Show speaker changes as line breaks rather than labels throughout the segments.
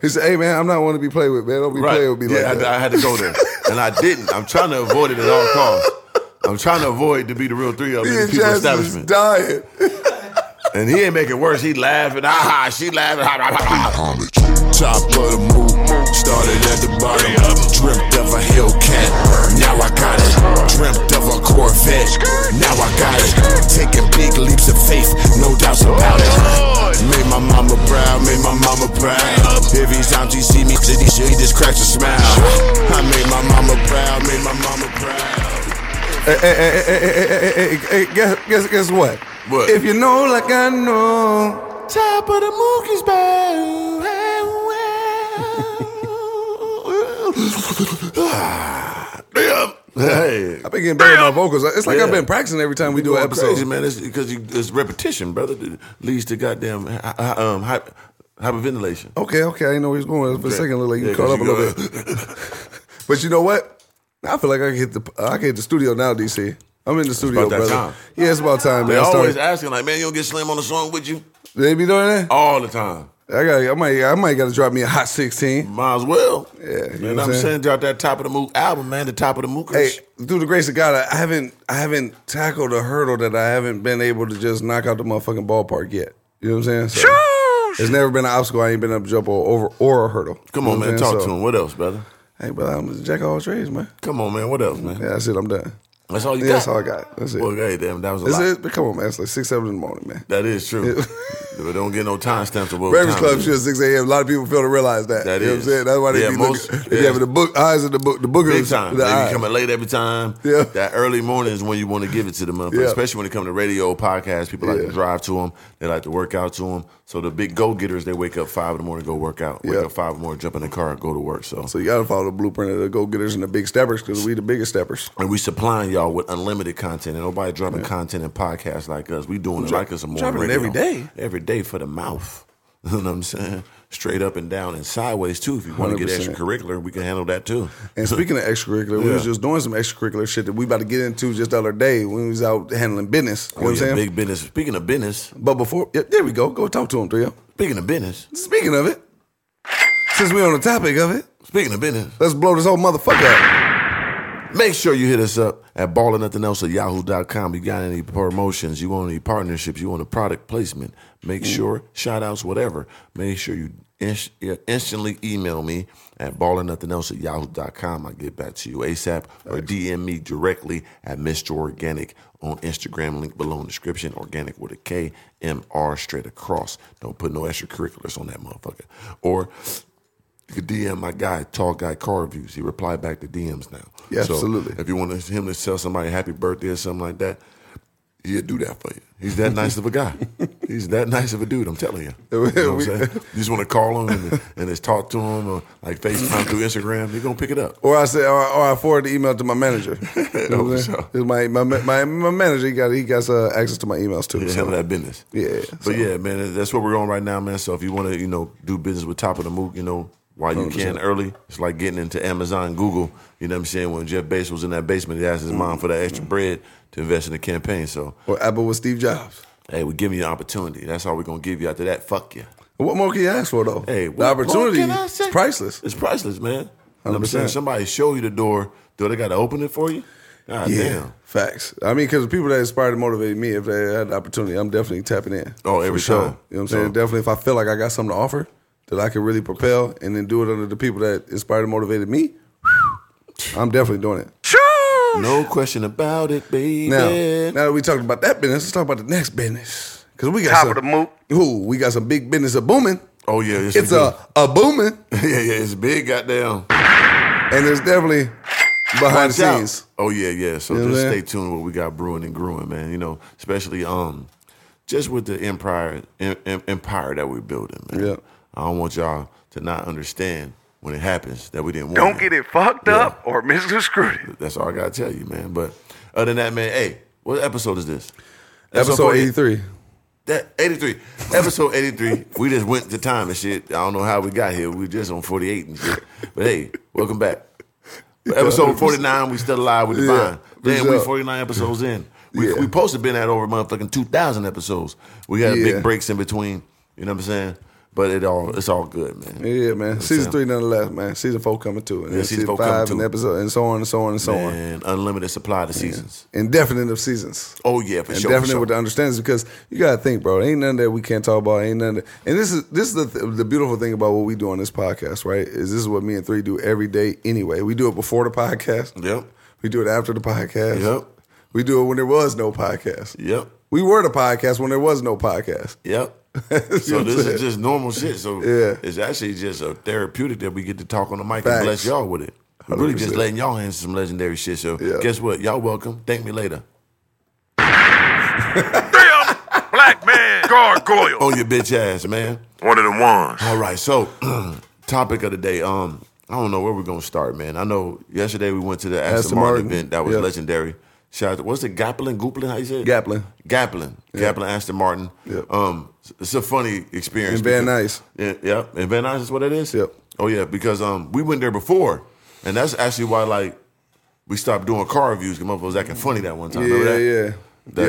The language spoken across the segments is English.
He said, "Hey man, I'm not one to be played with, man. Don't be played with me like
yeah, I, I
that."
had to go there, and I didn't. I'm trying to avoid it at all costs. I'm trying to avoid to be the real three of them
Me
in the
and
people
Jazz is
establishment.
dying.
And he ain't making worse. He laughing. Ah, she laughing. Ah, ah, ah, ah.
Top of the move, started at the bottom. Dreamt of a Hellcat, now I got it. Dreamt of a Corvette,
uh,
now I got it. Taking big leaps of faith, no doubts about it. Made my mama proud, made my mama proud. Every time she see me, she she just cracks a smile. I made my mama proud, made my mama proud.
Hey, hey, hey, hey, hey, hey, hey, hey, hey, guess, guess, guess what?
What?
If you know like I know,
Top of the monkey's bow. Hey,
I've been getting better at my vocals. It's like I've been practicing every time we do an
going
episode.
crazy, man. It's because you, it's repetition, brother. That leads to goddamn hy- hy- um, hy- hyperventilation.
Okay, okay, I didn't know where he was going for a second. Look like you
Yeah,
caught
'cause
up a
you
little
go-
bit. but you know what? I feel like I can hit the I can hit the studio now, DC. I'm in the studio,
about that
brother.
time.
Yeah, it's about time,
They
man. I started-
always asking, like, man, you don't get slim on the song with you
they be doing that.
all the time.
I got. I might. I might got to drop me a hot sixteen.
Might as well. Yeah,
you know
and
what
I'm
I'm
saying?
saying?
drop that top of the mook album, man. The top of the mookers.
Hey, through the grace of God, I haven't I haven't tackled a hurdle that I haven't been able to just knock out the motherfucking ballpark yet. You know what I'm saying? So, There's never been an obstacle I ain't been able to jump over or a hurdle.
Come
You
on,
know
man.
what I'm
Talk
saying?
to him. What else, brother?
So, Hey, brother, I'm a jack of all trades, man.
Come on, man. What else, man?
Yeah, that's it. I'm done.
That's all you
Yeah,
got.
that's all I got. That's it.
Well, hey, damn, that was a
That's
lot.
it. But come on, man. It's like six, seven in the morning, man.
That is true. but don't get no time stamps of what
Breakfast
time
Club
it is.
shit at 6 a.m. A lot of people fail to realize that.
That
you know what
is.
I'm saying? That's why they
Yeah,
be
most-
looking. They
yeah.
have the book, eyes of the book, the boogers.
Big time.
The
they
eyes.
be coming late every time.
Yeah.
That early morning is when you want to give it to the motherfucker,
Yeah.
especially when it comes to radio, podcasts. People like
Yeah.
to drive to them. They like to work out to them. So the big go getters, they wake up five in the morning, go work out. Wake
Yeah.
up five in the morning, jump in the car, go to work. So,
So you got to follow the blueprint of the go getters and the big steppers because we the biggest steppers.
and we supplying y'all with unlimited content, and nobody dropping content and podcasts like us. We doing it like us some more
dropping it
radio.
every day.
every day for the mouth. You know what I'm saying? Straight up and down and sideways too. If you want to get
100%.
extracurricular, we can handle that too.
And speaking of extracurricular, we
Yeah.
was just doing some extracurricular shit that we about to get into just the other day when we was out handling business. You know
Oh,
what I'm
yeah,
saying?
big business. Speaking of business,
but before, yeah, there we go. Go talk to him, Trio.
speaking of business,
Speaking of it, since we on the topic of it,
speaking of business.
let's blow this whole motherfucker up.
Make sure you hit us up at ball or nothing else at yahoo.com. You got any promotions, you want any partnerships, you want a product placement, make sure, shout outs, whatever. Make sure you inst- yeah, instantly email me at ball or nothing else at yahoo.com. I get back to you ASAP or DM me directly at Mr. Organic on Instagram. Link below in the description. Organic with a K, M R straight across. Don't put no extracurriculars on that motherfucker. Or you could DM my guy, Tall Guy Car Reviews. He replied back to DMs now.
Yeah, absolutely.
If you want him to tell somebody happy birthday or something like that, he'll do that for you. He's that nice of a guy. He's that nice of a dude, I'm telling you. You, know what I'm saying? You just want to call him and, and just talk to him or like FaceTime through Instagram, you're going to pick it up.
Or I said, or, or I forward the email to my manager. You know what I'm
Oh,
saying?
for sure.
It's My, my my my manager, he got he got uh, access to my emails too.
Yeah,
so.
handle that business.
Yeah,
But
so-
yeah, man, that's what we're on right now, man. So if you want to, you know, do business with Top of the Mook, you know, while you can early, it's like getting into Amazon, Google. You know what I'm saying? When Jeff Bezos was in that basement, he asked his mom for that
Mm-hmm.
extra bread to invest in the campaign. So,
Or Apple with Steve Jobs.
hey, we're giving you an opportunity. That's all we're going to give you after that. Fuck you.
What more can you ask for though?
Hey,
the
what more
opportunity
can I
is
say?
priceless.
It's priceless, man. You know what I'm
100%.
saying? Somebody show you the door. Do they got to open it for you? God
Yeah,
damn.
facts. I mean, because the people that inspired and motivated me, if they had the opportunity, I'm definitely tapping in.
Oh, every
For sure.
time.
You know what I'm saying?
So-
Definitely, if I feel like I got something to offer that I can really propel and then do it under the people that inspired and motivated me, I'm definitely doing it.
No question about it, baby.
Now, now that we talked about that business, let's talk about the next business. Because we got
Top
some,
of the moot.
Ooh, we got some big business a booming.
oh, yeah. It's,
It's a, a booming,
yeah, yeah. It's big, goddamn.
and it's definitely behind
Watch
the
out.
scenes.
Oh yeah, yeah. So
You know
just
what I'm
stay
saying?
tuned what we got brewing and growing, man. You know, especially um, just with the empire em- em- empire that we're building, man.
Yeah.
I don't want y'all to not understand when it happens that we didn't want.
Don't get it fucked
Yeah.
up or misconstrued.
That's all I gotta tell you, man. But other than that, man, hey, what episode is this?
Episode 83.
That 83. Episode 83. We just went to time and shit. I don't know how we got here. We just on 48 and shit. But hey, welcome back. Episode 49, we still alive with Divine.
for
Damn, we
sure.
49 episodes in. We,
Yeah.
we supposed to been at over motherfucking 2,000 episodes. We got
Yeah.
big breaks in between. You know what I'm saying? But it all it's all good, man.
Yeah, man. Season
Sam.
three none less, man. Season four coming too. And then
season
season,
four coming
five and
too.
episode and so on and so on and so on.
And unlimited supply to seasons.
Indefinite of seasons.
Oh yeah, for
And
sure. for
definitely
sure.
with the understandings because you gotta think, bro. Ain't nothing that we can't talk about. Ain't nothing. That, and this is this is the, th- the beautiful thing about what we do on this podcast, right? Is this is what me and three do every day. Anyway, we do it before the podcast.
Yep.
We do it after the podcast.
Yep.
We do it when there was no podcast.
Yep.
We were the podcast when there was no podcast.
Yep.
You
so
know
this
what I'm
is just normal shit. So
Yeah.
it's actually just a therapeutic that we get to talk on the mic
Facts.
and bless y'all with it. We're really just
100%.
letting y'all answer some legendary shit. So
Yeah.
guess what? Y'all welcome. Thank me later.
Damn black man gargoyle.
On your bitch ass, man.
One of the ones.
All right. So topic of the day. Um, I don't know where we're gonna start, man. I know yesterday we went to the Aston,
Aston
Martin,
Martin.
event that was
Yeah.
legendary. Shout out to, what's it, Gaplin, Gooplin? How you say it?
Gaplin.
Gaplin, Gaplin, Aston Martin.
Yeah.
Um, it's a funny experience.
And Van
because-
Nuys.
Yeah, yeah. And Van Nuys is what it is.
Yep.
Oh yeah, because um, we went there before, and that's actually why like we stopped doing car reviews. Cause motherfuckers acting funny that one time. Remember
Yeah,
that?
yeah.
That-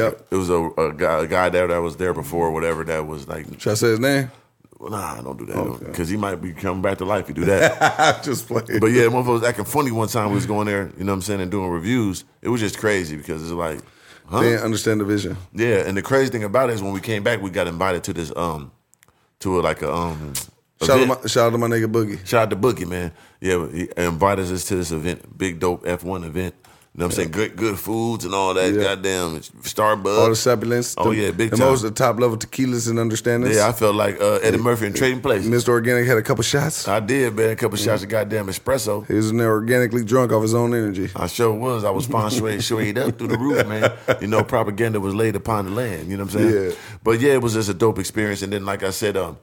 Yep.
It was a, a guy, a guy there that was there before, whatever. That was like,
Should I say his name?
nah, don't do that, because he might be coming back to life. if You do that.
I just played.
But yeah, motherfuckers was acting funny one time. We was going there, you know what I'm saying, and doing reviews. It was just crazy because it's like, huh?
They didn't understand the vision.
Yeah. And the crazy thing about it is when we came back, we got invited to this um, to a, like a um.
Shout out,
event.
my, shout out to my nigga Boogie.
Shout out to Boogie, man. Yeah, he invited us to this event, big dope F1 event. You know what I'm saying? Good, good foods and all that.
Yeah.
Goddamn
All the
Starbucks.
supplements.
Oh,
the-
yeah, big
the
time.
most of the top level tequilas and understandings.
yeah, I felt like uh, Eddie Murphy in Trading Place.
Mr. Organic had a couple shots.
I did, man. A couple shots of goddamn espresso.
He was in there organically drunk off his own energy.
I sure was. I was sponsoring straight up through the roof, man. You know, propaganda was laid upon the land. You know what I'm saying?
Yeah.
But yeah, it was just a dope experience. And then, like I said, um,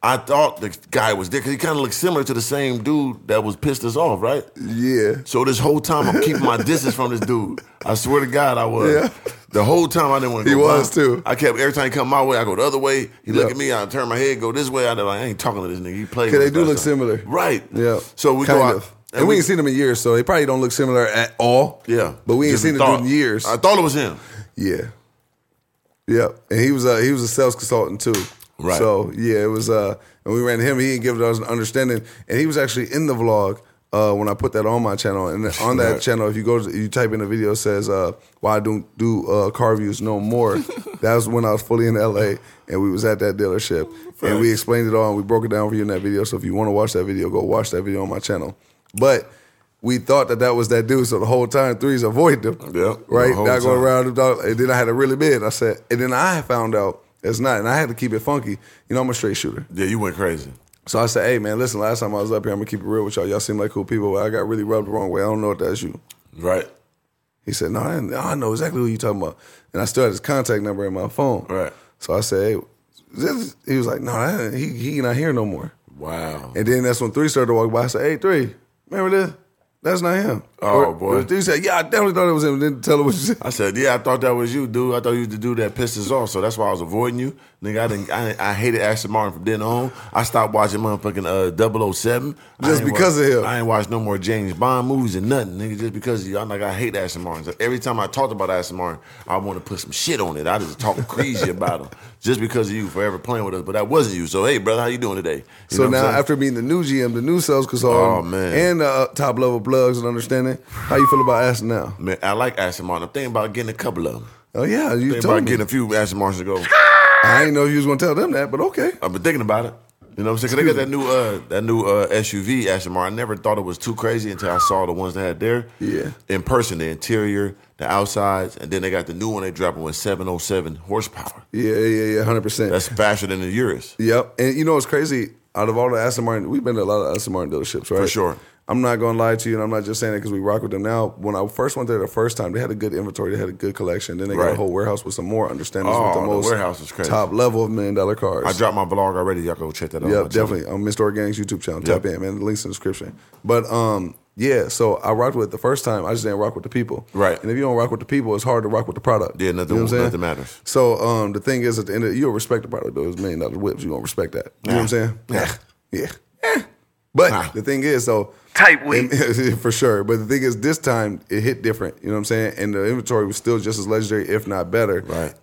I thought the guy was there because he kind of looked similar to the same dude that was pissed us off, right?
Yeah.
So this whole time I'm keeping my distance from this dude. I swear to God, I was.
Yeah.
The whole time I didn't want to.
He
go
was,
by.
too.
I kept every time he come my way, I go the other way. He look
Yeah.
at me, I turn my head, go this way. I like I ain't talking to this nigga. He played.
'Cause
with
they
us
do
last
look
time.
similar.
right?
Yeah.
So we
kind
go out,
of. And, we, ain't seen him in years, so they probably don't look similar at all.
Yeah,
But we ain't
Just
seen him
thought-
in years.
I thought it was him.
Yeah. Yep. And he was a he was a sales consultant too.
Right.
So yeah, it was uh and we ran him, he didn't give us an understanding. And he was actually in the vlog uh when I put that on my channel. And on that
Right.
channel, if you go to you type in the video it says uh why I don't do uh car views no more. that was when I was fully in LA and we was at that dealership. And we explained it all and we broke it down for you in that video. So if you want to watch that video, go watch that video on my channel. But we thought that that was that dude, so the whole time threes avoid them.
Yep, the
Right?
whole
Not going
time.
around the dog. And then I had a really bid. I said, and then I found out it's not. And I had to keep it funky. You know, I'm a straight shooter.
Yeah, you went crazy.
So I said, hey, man, listen, last time I was up here, I'm going to keep it real with y'all. Y'all seem like cool people. I got really rubbed the wrong way. I don't know if that's you.
Right.
He said, no, I, didn't- I know exactly who you talking about. And I still had his contact number in my phone.
Right.
So I said, hey, this, he was like, no, I, he, he not here no more.
Wow.
And then that's when three started to walk by. I said, "Hey, three, remember this? That's not him."
Oh,
Or-
boy.
or Three said, "Yeah, I definitely thought it was him." Didn't tell him what you said.
I said, yeah, I thought that was you, dude. I thought you was the dude that pissed us off, so that's why I was avoiding you. Nigga, I didn't, I, I hated Aston Martin from then on. I stopped watching motherfucking uh, 007. I
Just
ain't
because
wa-
of him.
I ain't watched no more James Bond movies and nothing, nigga, just because of you. I'm like, I hate Aston Martin. So every time I talked about Aston Martin, I want to put some shit on it. I just talk crazy about him just because of you forever playing with us, but that wasn't you. So, hey, brother, how you doing today? You know
So
what I'm
now,
saying?
after meeting the new GM, the new sales consultant,
Oh, man.
and the uh, top level plugs and understanding, how you feel about us now?
Man, I like Aston Martin. I'm thinking about getting a couple of them.
Oh yeah, you
Thinking about
told me.
getting a few Aston Martins to go.
I didn't know if you was gonna tell them that, but okay.
I've been thinking about it. You know what I'm saying? 'Cause they got that new uh, that new uh, SUV Aston Martin. I never thought it was too crazy until I saw the ones they had there.
Yeah.
In person, the interior, the outsides, and then they got the new one they dropping with 707 horsepower.
Yeah, yeah, yeah, hundred percent.
That's faster than the Urus.
Yep. And you know what's crazy? Out of all the Aston Martin, we've been to a lot of Aston Martin dealerships, right?
sure.
I'm not gonna lie to you, and I'm not just saying it because we rock with them now. When I first went there the first time, they had a good inventory, they had a good collection. Then they got a
Right.
whole warehouse with some more understandings
Oh,
with the
the
most
warehouse is crazy.
top level of million dollar cars.
I dropped my vlog already. Y'all go check that
Yep,
out. My channel.
definitely on Mr. Organic's YouTube channel. Tap
Um, Yep.
in, man. The links in the description. But um, yeah. So I rocked with it the first time. I just didn't rock with the people.
Right.
And if you don't rock with the people, it's hard to rock with the product.
Yeah,
You
nothing-
know what I'm saying?
nothing matters.
So um, the thing is, at the end, of, you'll respect the product. Those million dollar whips, you gonna respect that. You know what I'm saying?
Nah.
Yeah. Eh. But
Nah.
the thing is, though,
Tight weave.
and- for sure. But the thing is, this time it hit different. You know what I'm saying? And the inventory was still just as legendary, if not better.
Right.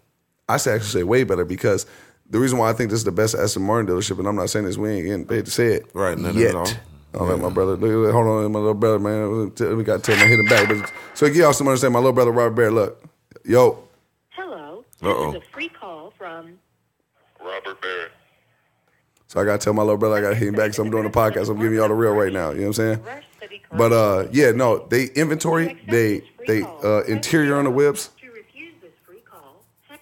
I should actually say way better because the reason why I think this is the best Aston Martin dealership, and I'm not saying this, we ain't getting paid to say it.
Right, not at
yet.
all.
All right, my brother. Look, hold on, my little brother, man. We got to tell him, hit him back. But, so, give y'all some understanding. My little brother, Robert Bear, look. Yo,
Hello.
Uh-oh.
This is a free call from.
Robert Barrett.
So I gotta tell my little brother I gotta hit him back. So I'm doing the podcast. I'm giving y'all the real right now. You know what I'm saying?
Rush City Corp.
But uh, yeah, no, they inventory, they they uh, interior on the whips.
To refuse this free call, heck,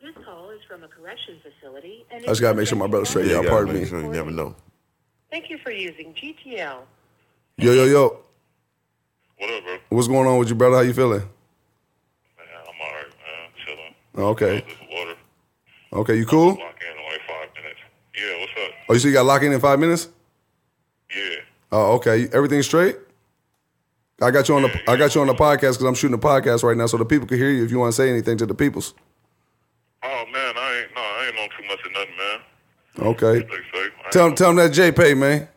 this call is from a correction facility. And I
just gotta make sure my brother's straight, y'all.
Yeah, you gotta
Pardon
make
me.
sure you never know.
Thank you for using GTL.
Yo yo yo,
What up, bro? Man,
what's going on with you, brother? How you feeling?
I'm all right, man. I'm chilling.
Oh, Okay,
This water.
okay, you cool?
Lock in in like five minutes. Yeah, what's up?
Oh, you see, you got lock in in five minutes.
Yeah.
Oh, okay, everything straight. I got you on the I got you on the podcast because I'm shooting a podcast right now, so the people can hear you if you want to say anything to the peoples.
Oh, man, I ain't, no, I ain't on too much of nothing, man.
Okay,
Like, say, I
tell them
ain't-
tell them that J Pay man.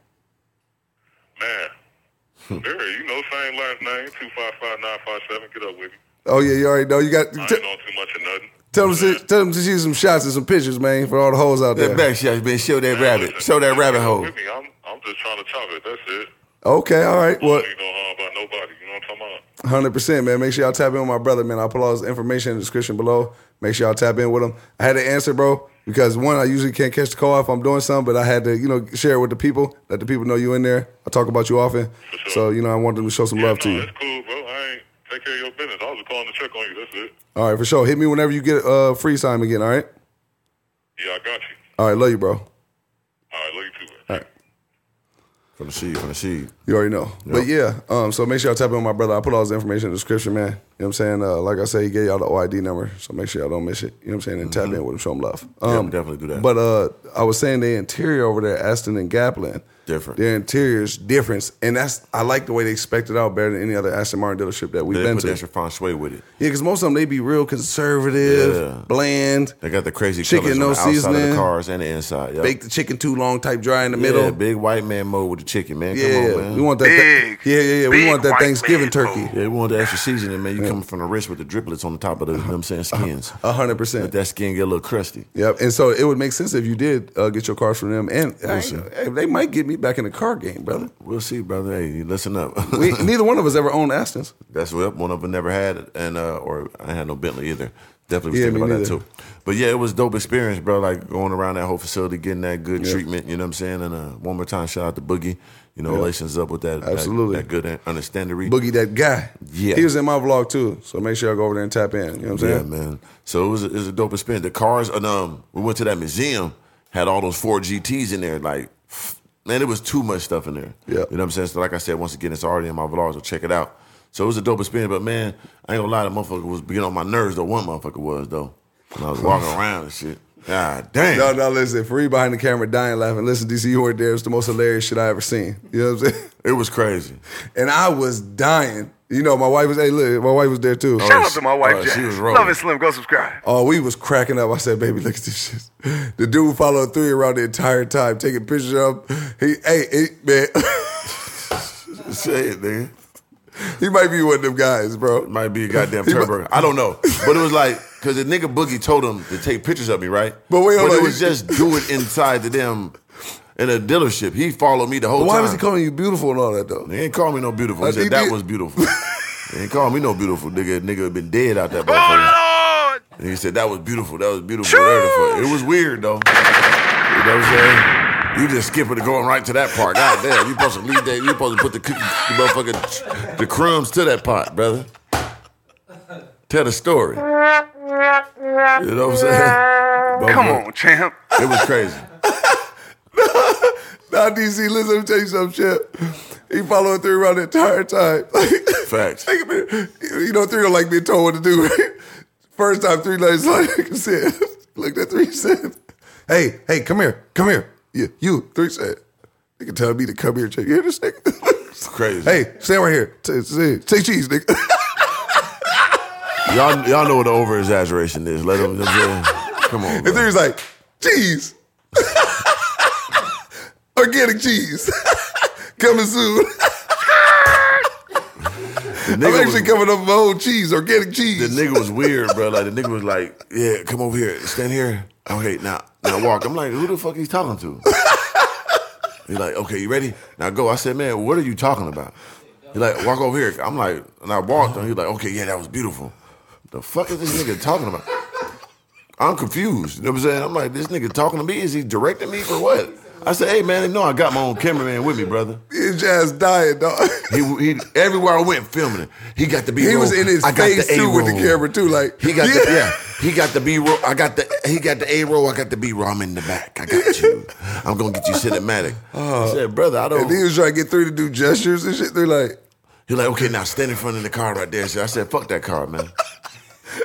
Man. Barry, you know, same last name, 255-957. Get up with me.
Oh yeah, you already know. You got
I
t-
ain't on too much of nothing.
Tell them, to, tell them to shoot some shots and some pictures, man, for all the hoes out
That
there.
back shot, man. Show that rabbit. Show that rabbit hole.
With me, I'm, I'm just trying to chop it. That's it.
Okay, all right. Well,
You know, harm about nobody. You know what I'm talking about?
hundred percent, man. Make sure y'all tap in with my brother, man. I'll put all his information in the description below. Make sure y'all tap in with him. I had to answer, bro, because one, I usually can't catch the call if I'm doing something, but I had to, you know, share it with the people, let the people know you in there. I talk about you often, so you know, I want them to show some love to
no,
you.
that's cool, bro. I ain't take care of your business. I was just calling to check on you. That's it.
All right, for sure. Hit me whenever you get uh free time again. All right.
Yeah, I got you.
All right, love you, bro.
All right, love you too, man.
All right.
From the sheep, from the sheep.
You already know. But yeah, um, so make sure y'all tap in with my brother. I put all his information in the description, man. You know what I'm saying? Uh, like I said, he gave y'all the OID number, so make sure y'all don't miss it. You know what I'm saying? And tap in with him, show him love. Um,
Mm-hmm. definitely do that.
But uh, I was saying the interior over there, Aston and Gaplin.
Different.
Their interiors, difference. And that's I like the way they expect it out better than any other Aston Martin dealership that we've
They
been
put
to.
the extra feng shui with it.
yeah, because most of them, they be real conservative,
Yeah.
bland,
They got the crazy
Chicken,
colors
no
on the outside of
seasoning.
the cars and the inside. Yep.
bake the chicken too long, type dry in the
Yeah,
middle.
big white man mode with the chicken, man. Come
yeah,
on, man.
we want that.
Big,
yeah, yeah, yeah. We
big
want that
white
Thanksgiving
man
turkey.
yeah, we want the extra seasoning, man. You coming from the wrist with the driplets on the top of the, you know what I'm saying,
Uh-huh.
skins.
A hundred percent.
Let that skin get a little crusty.
Yep. And so it would make sense if you did uh, get your cars from them, and I- hey, they might get me back in the car game, brother.
We'll see, brother. Hey, you listen up.
We, neither one of us ever owned Astons.
That's what one of them never had, it, and uh, or I had no Bentley either. Definitely was
Yeah,
thinking
me
about
neither.
that too. But yeah, it was dope experience, bro. Like going around that whole facility, getting that good treatment. You know what I'm saying? And uh, one more time, shout out to Boogie. You know, relations up with that that-
Absolutely.
that, good understanding.
Boogie, that guy.
Yeah.
He was in my vlog too, so make sure y'all go over there and tap in. You know what I'm
Yeah,
saying?
man. So it was, a, it was a dope experience. The cars, and um, we went to that museum, had all those four GTs in there. Like, man, it was too much stuff in there.
Yeah.
You know what I'm saying? So, like I said, once again, it's already in my vlogs, so check it out. So it was a dope experience, but man, I ain't gonna lie, the motherfucker was getting on my nerves, though. One motherfucker was, though. When I was walking around and shit. God damn.
No, no, listen. For you behind the camera, dying laughing. Listen, DC, you weren't there. It was the most hilarious shit I ever seen. You know what I'm saying?
It was crazy.
And I was dying. You know, my wife was. Hey, look, my wife was there too.
Oh,
Oh,
Shout out to my wife,
oh,
Jack.
she was rolling.
Love and Slim, go subscribe.
we was cracking up. I said, "Baby, look at this shit." The dude followed three around the entire time, taking pictures of. him. He, hey, it, man.
Say it, nigga.
He might be one of them guys, bro.
Oh, Might be a goddamn turbo. I don't know. But it was like, because the nigga Boogie told him to take pictures of me, right?
But wait, hold
But it
on.
was just do it inside the damn, in a dealership. He followed me the whole
Why
time.
was he calling you beautiful and all that though?
He ain't call me no beautiful. He
Uh, he
said that
did-
was beautiful. he ain't call me no beautiful nigga. Nigga had been dead out that motherfucker.
Oh, Lord!
And he said that was beautiful. That was beautiful. whatever the fuck. It was weird though. You know what I'm saying? You just skipping to going right to that part. God damn, you supposed to leave that. You supposed to put the cookie, the motherfucking, the crumbs to that pot, brother. Tell the story. You know what I'm saying?
Come on, champ.
It was crazy.
Nah, DC, listen, let me tell you something, Chip. He followed three around the entire time. Like,
Facts.
think about it. You know, three don't like being told what to do. Right? First time, three legs like said, looked at three said, "Hey, hey, come here, come here." Yeah, you three said, "They can tell me to come here, check. You hear this nigga?
Crazy.
hey, stand right here. Say- say- Say cheese, nigga."
Y'all, y'all know what the over exaggeration is. Let them. Come on.
And
bro.
Theory's like, cheese. Organic cheese. coming soon.
The
I'm
nigga was-
actually coming up with my own cheese, organic cheese.
The nigga was weird, bro. Like the nigga was like, "Yeah, come over here, stand here." Okay, now, And I walked. I'm like, who the fuck he's talking to? He's like, okay, you ready? Now go. I said, man, what are you talking about? He's like, walk over here. I'm like, and I walked. And he's like, okay, yeah, that was beautiful. The fuck is this nigga talking about? I'm confused. You know what I'm saying? I'm like, this nigga talking to me? Is he directing me for what? I said, hey, man, no, I got my own cameraman with me, brother.
His ass dying, dog.
He, he everywhere I went filming it. He got the B roll.
He was in his
I got
face
the
too with the
A-roll.
camera too. Like
He got the yeah. He got the B roll. I got the he got the A roll. I got the B roll. I'm in the back. I got you. I'm gonna get you cinematic. I said, brother, I don't.
And he was trying to get through to do gestures and shit. They're like,
He's like, okay, now stand in front of the car right there. So I said, fuck that car, man.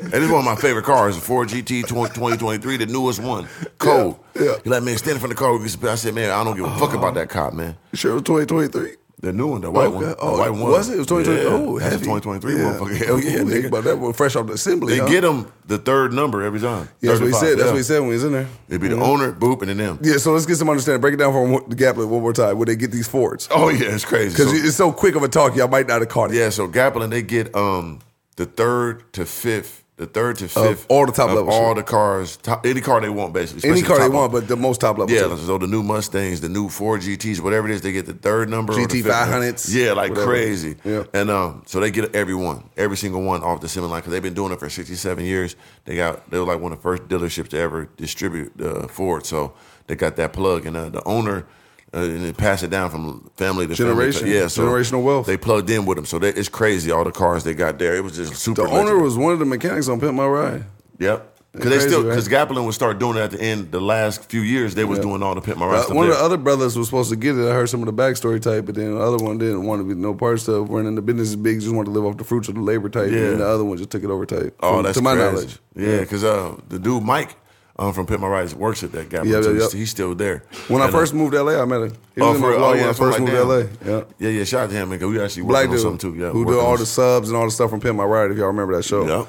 And this is one of my favorite cars, a Ford GT 20- 2023, the newest one. Cold.
Yeah, yeah.
He like, man, stand in front of the car. We can sp-" I said, man, I don't give a fuck about that car, man. Oh,
sure, it was 2023.
The new one, the white one.
Okay. Oh,
the white one.
Was it? It was 2023.
Yeah,
Oh,
that's a
heavy.
2023
Yeah.
motherfucker. Hell yeah,
Ooh, they-
nigga.
But that one fresh off the assembly.
They
huh?
get him the third number every time.
Yeah, that's what he
35,
said. That's
yeah.
what he said when he was in there.
It'd be the owner, boop, and then them.
Yeah, so let's get some understanding. Break it down for the Gap one more time. Where they get these Fords?
Oh, yeah, it's crazy.
Because
So-
it's so quick of a talk, y'all might not have caught it.
Yeah, so Gaplin, they get um the third to fifth, the third to fifth,
all the top
of
levels.
all the cars, top, any car they want, basically.
Any
especially
car
the
they
top
want,
one.
but the most top level.
yeah,
too.
so the new Mustangs, the new Ford GTs, whatever it is, they get the third number. or the
GT
fifth number.
500s,
Yeah, like
whatever.
crazy.
Yeah.
and um, so they get every one, every single one off the assembly line because they've been doing it for sixty-seven years. They got they were like one of the first dealerships to ever distribute uh, Ford, so they got that plug, and uh, the owner. Uh, and they pass it down from family to
Generation.
Family. Yeah, so
Generational wealth.
They plugged in with them, so they, it's crazy. All the cars they got there, it was just super.
the owner
legendary.
was one of the mechanics on Pimp My Ride.
Yep. Because
It's crazy,
they still
right?
because Gaplin would start doing it at the end. The last few years they was doing all the pit my
Uh,
right
one of the other brothers was supposed to get it. I heard some of the backstory type, but then the other one didn't want to be no parts of running the business is big, just wanted to live off the fruits of the labor type. And
Yeah.
then the other one just took it over type.
Oh,
from-
that's
to my
crazy.
knowledge.
Yeah, because uh, the dude Mike um, from Pit My Rights works at that guy.
Yeah,
too.
yeah,
He's-
yeah.
He's still there.
When I
And, uh,
first moved to LA, I met him. He
oh,
was in my
for-
vlog
oh, yeah,
when I
that's what
first
my
moved
dad-
to LA. Yeah.
yeah, yeah. Shout out to him because we actually
Black
working on
dude
something too. Yeah,
who
working
did
on
all the
something.
subs and all the stuff from Pimp My Ride. If y'all remember that show,
Yep.
you know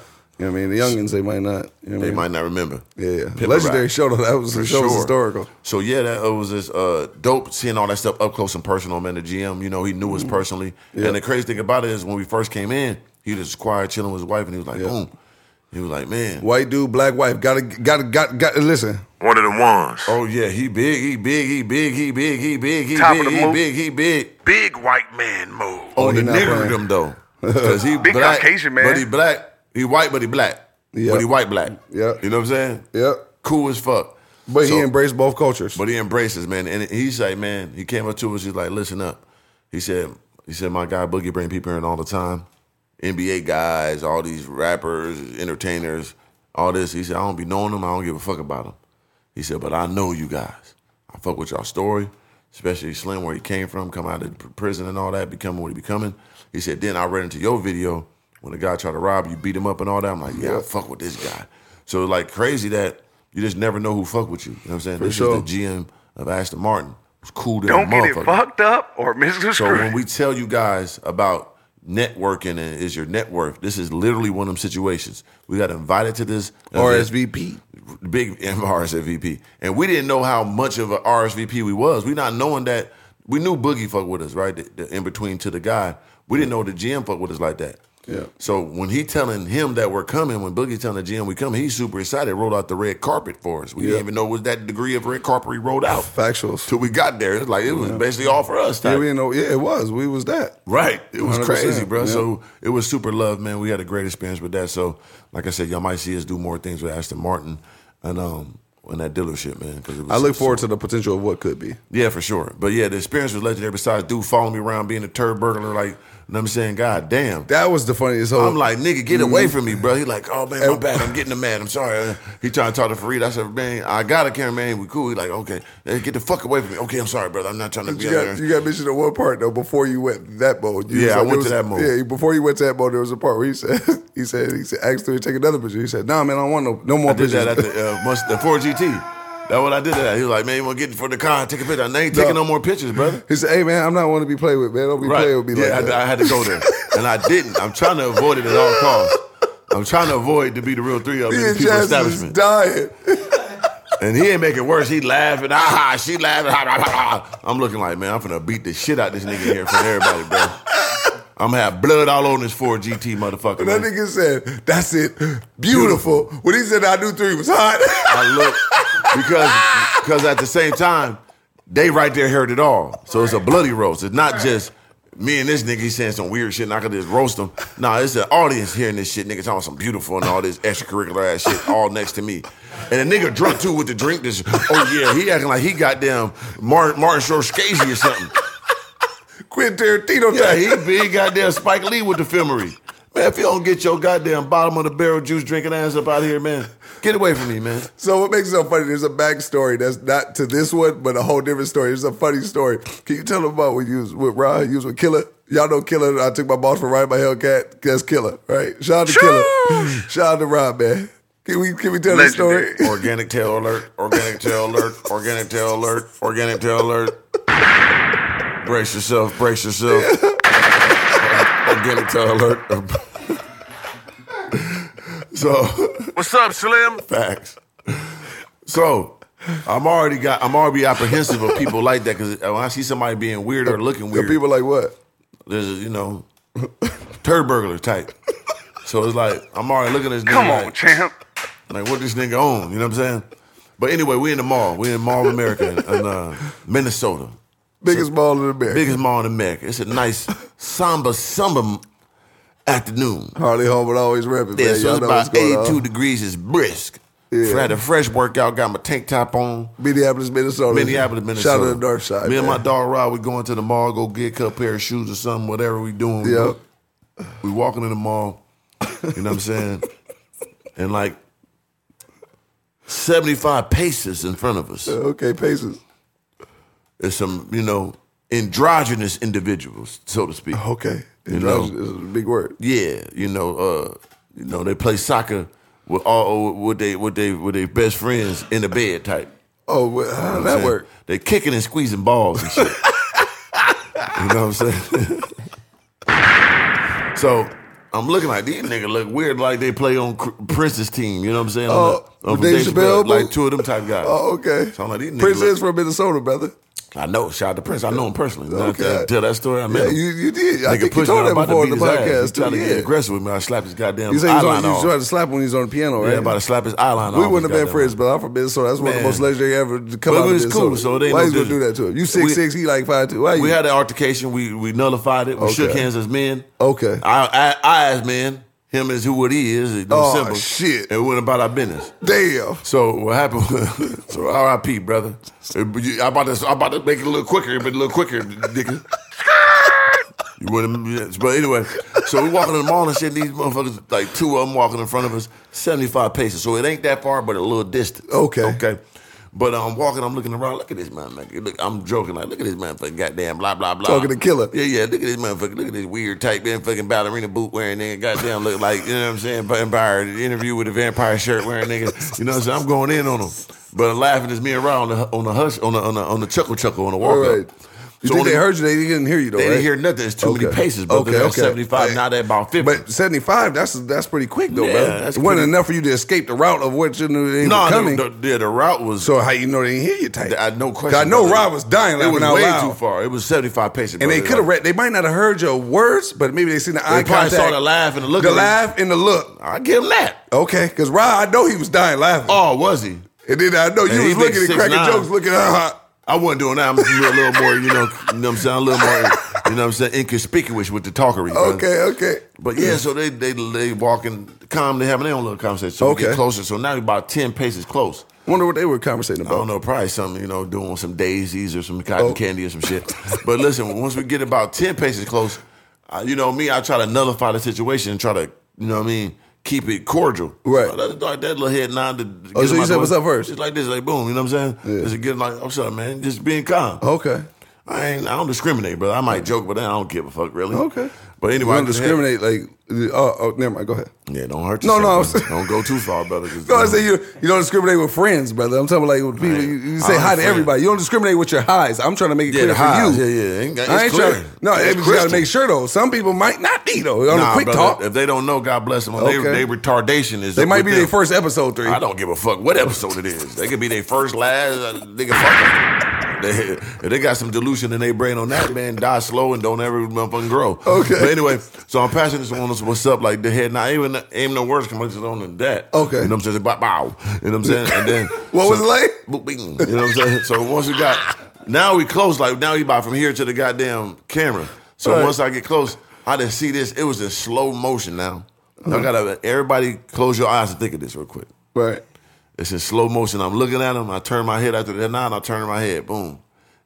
what I mean. The youngins they might not. You know what I
They
mean?
might not remember.
Yeah, yeah.
Pimp My
legendary
Ride.
show though. That was
For
the show was
sure.
historical.
So yeah, that uh, was just uh, dope seeing all that stuff up close and personal, man. The GM, you know, he
Mm.
knew us personally. And the crazy thing about it is when we first came in, he was just quiet, chilling with his wife, and he was like,
Yeah.
boom. He was like, man.
White dude, black wife. Got to, got to, got, got. Listen,
One of the ones.
Oh yeah, he big, he big, he big, he big, he big, he
Top of
big,
the
he
move.
big, he big.
Big white man move.
On the
he not playing.
niggerdom though, because he
Big
black,
Caucasian, man.
but he black, he white, but he black,
Yeah.
but he white black.
Yeah.
you know what I'm saying?
Yep.
cool as fuck.
but
So-
he embraced both cultures.
But he embraces, man. And he's like, man, he came up to us. He's like, listen up. He said, he said, my guy Boogie bring people in all the time. NBA guys, all these rappers, entertainers, all this. He said, I don't be knowing them. I don't give a fuck about them. He said, but I know you guys. I fuck with y'all story, especially Slim, where he came from, come out of pr- prison and all that, becoming what he becoming. He said, then I read into your video when the guy tried to rob you, beat him up and all that. I'm like, yeah, I fuck with this guy. So like crazy that you just never know who fuck with you. You know what I'm saying? this
sure.
is the GM of Aston Martin. It's cool to
Don't get it
motherfucker.
fucked up or misconstrued.
So when we tell you guys about networking and is your net worth, this is literally one of them situations. We got invited to this event
RSVP.
big RSVP, and we didn't know how much of a RSVP we was. We not knowing that we knew Boogie fuck with us, right? The, the in between to the guy, we didn't know the GM fuck with us like that.
Yeah.
So when he telling him that we're coming, when Boogie telling the GM we coming, he's super excited. Rolled out the red carpet for us. We
Yeah.
didn't even know it was that degree of red carpet he rolled out
Factuals.
till we got there. It's like it was basically all for us.
Yeah,
type.
we didn't know. Oh, Yeah, it was. We was that.
Right. It was
100%,
crazy, bro.
yeah.
So it was super love, man. We had a great experience with that. So, like I said, y'all might see us do more things with Aston Martin and um and that dealership, man. 'cause it was
I look forward to the potential of what could be.
Yeah, for sure. But yeah, the experience was legendary. Besides, dude following me around being a turd burglar, like, you know what I'm saying? God damn.
That was the funniest. Whole,
I'm like, nigga, get away
Mm-hmm.
from me, bro. He like, oh man, my bad. I'm getting mad. I'm sorry. He trying to talk to Fareed. I said, man, I got a cameraman. We cool. He like, okay, Hey, get the fuck away from me. Okay, I'm sorry, brother. I'm not trying to be.
You
out
got,
there.
you got mentioned in one part though before you went that mode. You
Yeah,
was
I
like-
went
there was-
to that mode.
Yeah, before you went to that mode, there was a part where he said he said he said asked him to take another picture. He said, "Nah, man, I don't want no no more
I did
pictures."
that at the uh, must, the four GT. That's what I did. That he was like, man, you want to get for the car? Take a picture. I ain't taking no more pictures, brother.
he said, "Hey, man, I'm not want to be played with, man. Don't be played with me
yeah,
like
I,
that."
I had to go there, and I didn't. I'm trying to avoid it at all costs. I'm trying to avoid to be the real three of
Me
them in
and
the people
Jazz is
establishment.
dying.
And he ain't making worse. He laughing. Ah, she laughing. Ah, ah, ah, ah. I'm looking like, man, I'm finna beat the shit out this nigga here from everybody, bro. I'm gonna have blood all on this 4GT motherfucker.
That
Man.
nigga said, "That's it, beautiful." When he said, "I knew three was hot,"
I look, because because at the same time they right there heard it all. So it's a bloody roast. It's not just me and this nigga he's saying some weird shit and I could just roast him. Nah, it's an audience hearing this shit. Nigga talking about some beautiful and all this extracurricular ass shit all next to me. And a nigga drunk too with the drink. This oh yeah, he acting like he goddamn Mar- Martin Short Scorsese or something.
Quentin Tarantino
Yeah,
thing.
he big goddamn Spike Lee with the filmery. Man, if you don't get your goddamn bottom of the barrel juice drinking ass up out of here, man, get away from me, man.
So what makes it so funny? There's a backstory that's not to this one, but a whole different story. It's a funny story. Can you tell them about when you was with Rod? You was with Killer. Y'all know Killer. I took my boss for riding my Hellcat. That's Killer, right? Shout out to Killer. Shout out to Rod, man. Can we can we tell this story?
Legendary.
Organic tail alert, organic tail alert, organic tail alert, organic tail alert. Brace yourself, brace yourself. organic tail alert. so
What's up, Slim?
Facts. So I'm already got. I'm already apprehensive of people like that because when I see somebody being weird or looking
The
weird,
people like what?
there's a, you know, turd burglar type. So it's like I'm already looking at this.
Come
nigga
on,
like,
champ.
like what this nigga on? You know what I'm saying? But anyway, we in the mall. We in Mall of America in uh, Minnesota,
Biggest ball in the bear.
biggest mall in America. It's a nice samba samba afternoon.
Harley Home would always rapping,
Yeah,
man.
so
Y'all
it's
know what's
about
going
82
on.
degrees. It's brisk.
Yeah.
So I had a fresh workout. Got my tank top on.
Minneapolis, Minnesota.
Minneapolis, Minnesota.
Shout out to the North Side.
Me and my
man.
dog Rod, we going to the mall, go get a couple pair of shoes or something, whatever we doing.
Yeah.
We walking in the mall. You know what I'm saying? and like 75 paces in front of us
Okay, Pacers.
is some, you know, androgynous individuals, so to speak.
Okay.
You know.
Androgynous is a big word.
Yeah, you know, uh, you know, they play soccer with all with they with they with their best friends in the bed type.
Oh, well, how did
know what
that
I'm
work?
saying? They kicking and squeezing balls and shit. you know what I'm saying? so I'm looking like these niggas look weird, like they play on Cr- Prince's team. You know what I'm saying? I'm
Oh,
I'm
with Dave Chappelle, bro?
like two of them type guys.
Oh, okay.
So I'm like, these niggas
Prince
look-
is from Minnesota, brother.
I know. Shout out to Prince. I know him personally. Did I-
Okay.
did I tell that story. I met
Yeah,
him.
you, you did. I
Nigga
think you
pushed me.
told
I'm
that
about to
before in the
beat his ass.
podcast
He tried
too.
to get
Yeah.
aggressive with me. I slapped his goddamn
You say he was on,
eyeline
you tried
off.
to slap him when he's on the piano, right?
Yeah, about to slap his eyeline off.
we
his
wouldn't have been
goddamn-
friends, but I'm from Minnesota. That's one of the
Man.
most legendary ever to come out
But it
of
was
Minnesota.
cool, so it ain't
Why
no
you gonna do that
difference.
to him? You six six, he like five two. Why you?
We had an altercation. We we nullified it. We shook
Okay.
hands as men.
Okay.
I, I, I as man. Him as who it is. and them
Oh,
symbols.
shit.
And we went about our business.
Damn.
So what happened? was- so R.I.P. brother. Uh, but you- I about to I about to make it a little quicker, but a little quicker, nigga. You wouldn't, yes, but anyway, so we walking in the mall and shit. These motherfuckers, like two of them walking in front of us, seventy five paces. So it ain't that far, but a little distance.
Okay.
okay. But I'm walking, I'm looking around. Look at this motherfucker. Look, I'm joking. Like, look at this motherfucker. Goddamn, blah blah blah.
Talking to Killer.
Yeah, yeah. Look at this motherfucker. Look at this weird type in fucking ballerina boot wearing nigga. Goddamn, look like you know what I'm saying. Vampire interview with a vampire shirt wearing nigga. You know what I'm saying. I'm going in on him, but laughing is me around on the on the hush on the on the, on the chuckle chuckle on the
All
walk
right.
up.
You
So
think they
on the-
heard you? They didn't hear you though.
they
right?
didn't hear nothing. It's too many paces, but
Okay,
they're at
okay.
75,
Hey.
now they're about 50.
But seventy five, that's that's pretty quick though,
Yeah,
brother.
that's
it wasn't
pretty-
enough for you to escape the route of what you knew they were
no,
coming.
the, the, yeah, the route was.
so how you know they didn't hear you tight?
I no
'Cause
question.
I know
brother.
Rob was dying
It
laughing
was
out
way
loud.
too far. It was seventy-five paces,
And they
brother.
could have
Like,
read. They might not have heard your words, but maybe they seen the eye
They probably
contact.
saw the laugh and the look.
The
at him.
laugh and the look.
I give him that.
Okay, because Rod, I know he was dying laughing,
Oh, was he?
and then I know you
and
was
he big
looking and
six
cracking
nine.
jokes, looking. Uh,
I wasn't doing that. I'm just a little, little more, you know, you know what I'm saying? A little more, you know what I'm saying? Inconspicuous with the talkery. brother.
okay, okay.
But yeah, so they they they walking calm. They having their own little conversation. So we
Okay.
get closer. So now we're about ten paces close.
Wonder what they were conversating
I don't
about.
know, probably something, you know, doing some daisies or some cotton
Oh.
candy or some shit. but listen, once we get about 10 paces close, uh, you know me, I try to nullify the situation and try to, you know what I mean, keep it cordial.
Right.
So that, that little head nod to get
Oh, so
him
you
out
said,
the
"What's
way."
up first?
Just like this, like boom, you know what I'm saying?
Yeah.
Just get like, what's up, man? Just being calm.
Okay,
I ain't, I don't discriminate, brother. I might joke, but I don't give a fuck, really.
okay.
But
you
anyway,
don't
I just had-
discriminate. Like, oh, oh, never mind. Go ahead.
Yeah, don't hurt
No, no,
yourself.
I'm
brother.
saying-
Don't go too far, brother. 'cause-
No, I say you you don't discriminate with friends, brother. I'm talking about like with people.
Man,
You, you
I
say
don't
hi to
friend.
everybody. You don't discriminate with your highs. I'm trying to make it
Yeah,
clear
the
for
highs.
you.
Yeah, yeah. Ain't- It's
I ain't
clear.
trying. No,
It's
we got to
crystal.
make sure though. Some people might not be though. On a
Nah,
quick
brother,
talk,
If they don't know, God bless them.
Okay.
They, they retardation is.
they might
with
be
them.
their first episode three.
I don't give a fuck what episode it is. They could be their first, last. Uh, nigga, fuck 'em. They, if they got some delusion in their brain on that, man, die slow and don't ever motherfucking grow.
Okay.
But anyway, so I'm passing this on us what's up, like the head, not even aim no words, come on, just on to that.
Okay.
You know what I'm saying? Bow, bow. You know what I'm saying? And then.
What was it like?
Boop, bing. You know what I'm saying? So once we got, now we close, like now you about from here to the goddamn camera. So
Right.
once I get close, I didn't see this. It was in slow motion now.
Uh-huh.
I gotta, everybody close your eyes and think of this real quick.
Right.
It's in slow motion. I'm looking at him. I turn my head after that nine. I turn my head. Boom.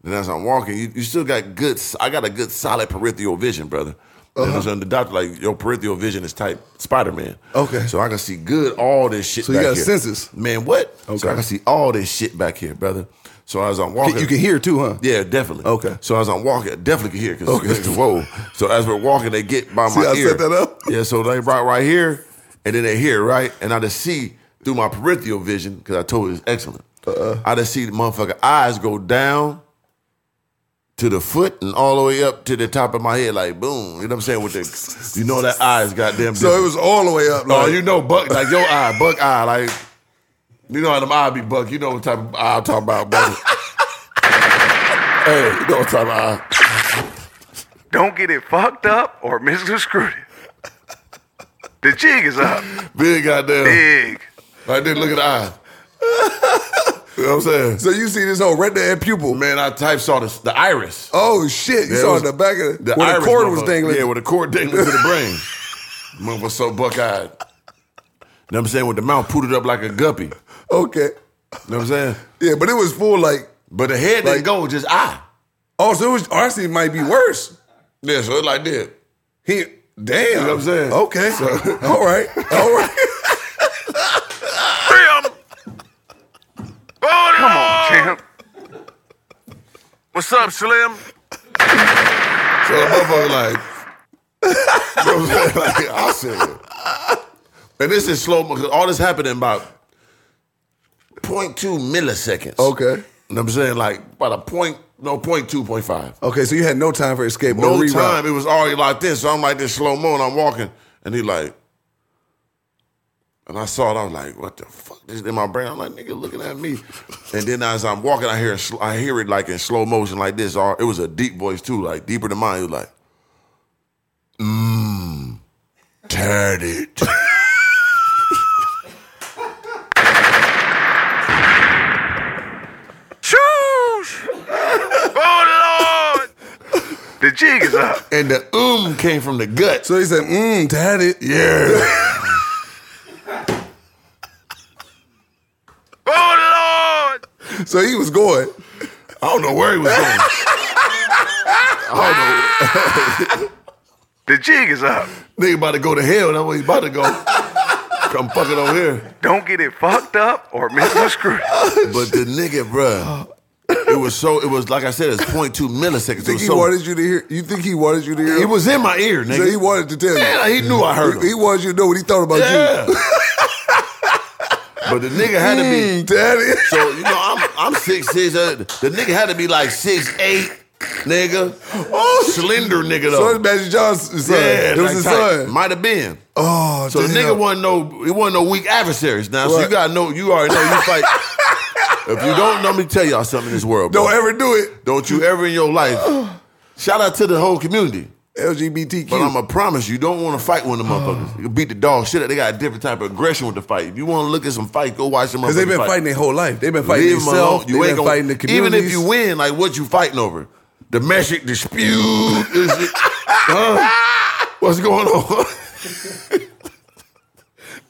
Then as I'm walking, you, you still got good. I got a good solid peripheral vision, brother. You know
Uh-huh.
what I'm saying? The doctor like your peripheral vision is type Spider Man.
Okay.
So I can see good all this shit.
So you
back
got
here.
senses.
man. What?
Okay.
So I can see all this shit back here, brother. So as I'm walking,
You can hear too, huh?
yeah, definitely.
Okay.
So as I'm walking, I definitely can hear because
Okay.
whoa. So as we're walking, they get by
See,
my
I
ear.
set that up.
Yeah. So they right right here, and then they hear right, and I just see through my peripheral vision because I told you it's excellent. Uh-uh. I just see the motherfucker eyes go down to the foot and all the way up to the top of my head, like boom. You know what I'm saying? With the, you know that eyes goddamn.
So it was all the way up.
Oh,
like-
you know, buck like your eye, buck eye, like you know how them eye be buck. You know what type of eye I'm talking about, brother. hey, you know what type of eye.
Don't get it fucked up or misconstrued. The jig is up.
Big goddamn.
Big.
Right there, look at the eye. you know what I'm saying?
So you see this whole red and pupil.
Man, I type saw this, the iris.
Oh shit! You
Yeah, it
saw
was-
the back of the,
The
where the
iris
cord was
motherfucker.
dangling.
Yeah, where the cord dangling to the brain. Motherfucker so buck eyed. You know what I'm saying? With the mouth pooted up like a guppy. You
okay.
know what I'm saying?
Yeah, but it was full like.
But the head
Like-
didn't go, just eye.
Oh, so it was honestly it might be worse.
Yeah, so it like this.
He damn.
You know what I'm saying?
Okay. all right. All right.
Trim. Come on, champ. What's up, Slim?
So the motherfucker like, you know what I'm saying? Like, I said, and this is slow because all this happened in about 0.2 milliseconds.
Okay.
You know what I'm saying? Like about a point, no, 0.2, 0.5.
Okay. So you had no time for escape.
No
or reroute.
time. It was already like this. So I'm like this slow mo and I'm walking. And he like, and I saw it. I was like, what the fuck? This in my brain. I'm like, nigga looking at me. And then as I'm walking, I hear it sl- I hear it like in slow motion like this. Or It was a deep voice too, like deeper than mine. He was like, mmm, tired it.
Choose. Oh, Lord. The jig is up.
And the um came from the gut.
So he said, "Mmm, dad, it."
Yeah.
Oh, Lord.
So he was going.
I don't know where he was going. I don't know.
The jig is up.
Nigga about to go to hell. That's where he about to go. Come fucking over here.
Don't get it fucked up or misconstrued.
But the nigga, bruh, it was so. It was like I said, it's 0.2 milliseconds. It
Think
was
he
so.
wanted you to hear? You think he wanted you to hear?
It was in my ear, nigga.
So he wanted to tell you.
Yeah, he knew I heard him.
He, he wanted you to know what he thought about
yeah.
you.
but the nigga had to be.
Mm, daddy.
So you know, I'm I'm six six. Uh, the nigga had to be like six eight, nigga.
Oh,
Slender nigga
So it's
though.
Magic Johnson's son.
Yeah,
it was
like
his
tight.
son.
Might have been.
oh,
So the
damn.
nigga wasn't no he wasn't no weak adversaries now. So
Right.
you gotta know you already know you fight. if you don't know me, tell y'all something in this world. Bro.
Don't ever do it.
Don't you ever in your life. Shout out to the whole community.
LGBTQ.
But I'm gonna promise you, don't want to fight one of them motherfuckers. You can beat the dog shit. up. They got a different type of aggression with the fight. If you want to look at some fight, go watch them.
Because they've been fighting their whole life. They've been fighting
Leave 'em alone.
themselves. They've been
gonna-
fighting the
Even
community.
if you win, like what you fighting over? Domestic dispute? Is it- Huh? What's going on?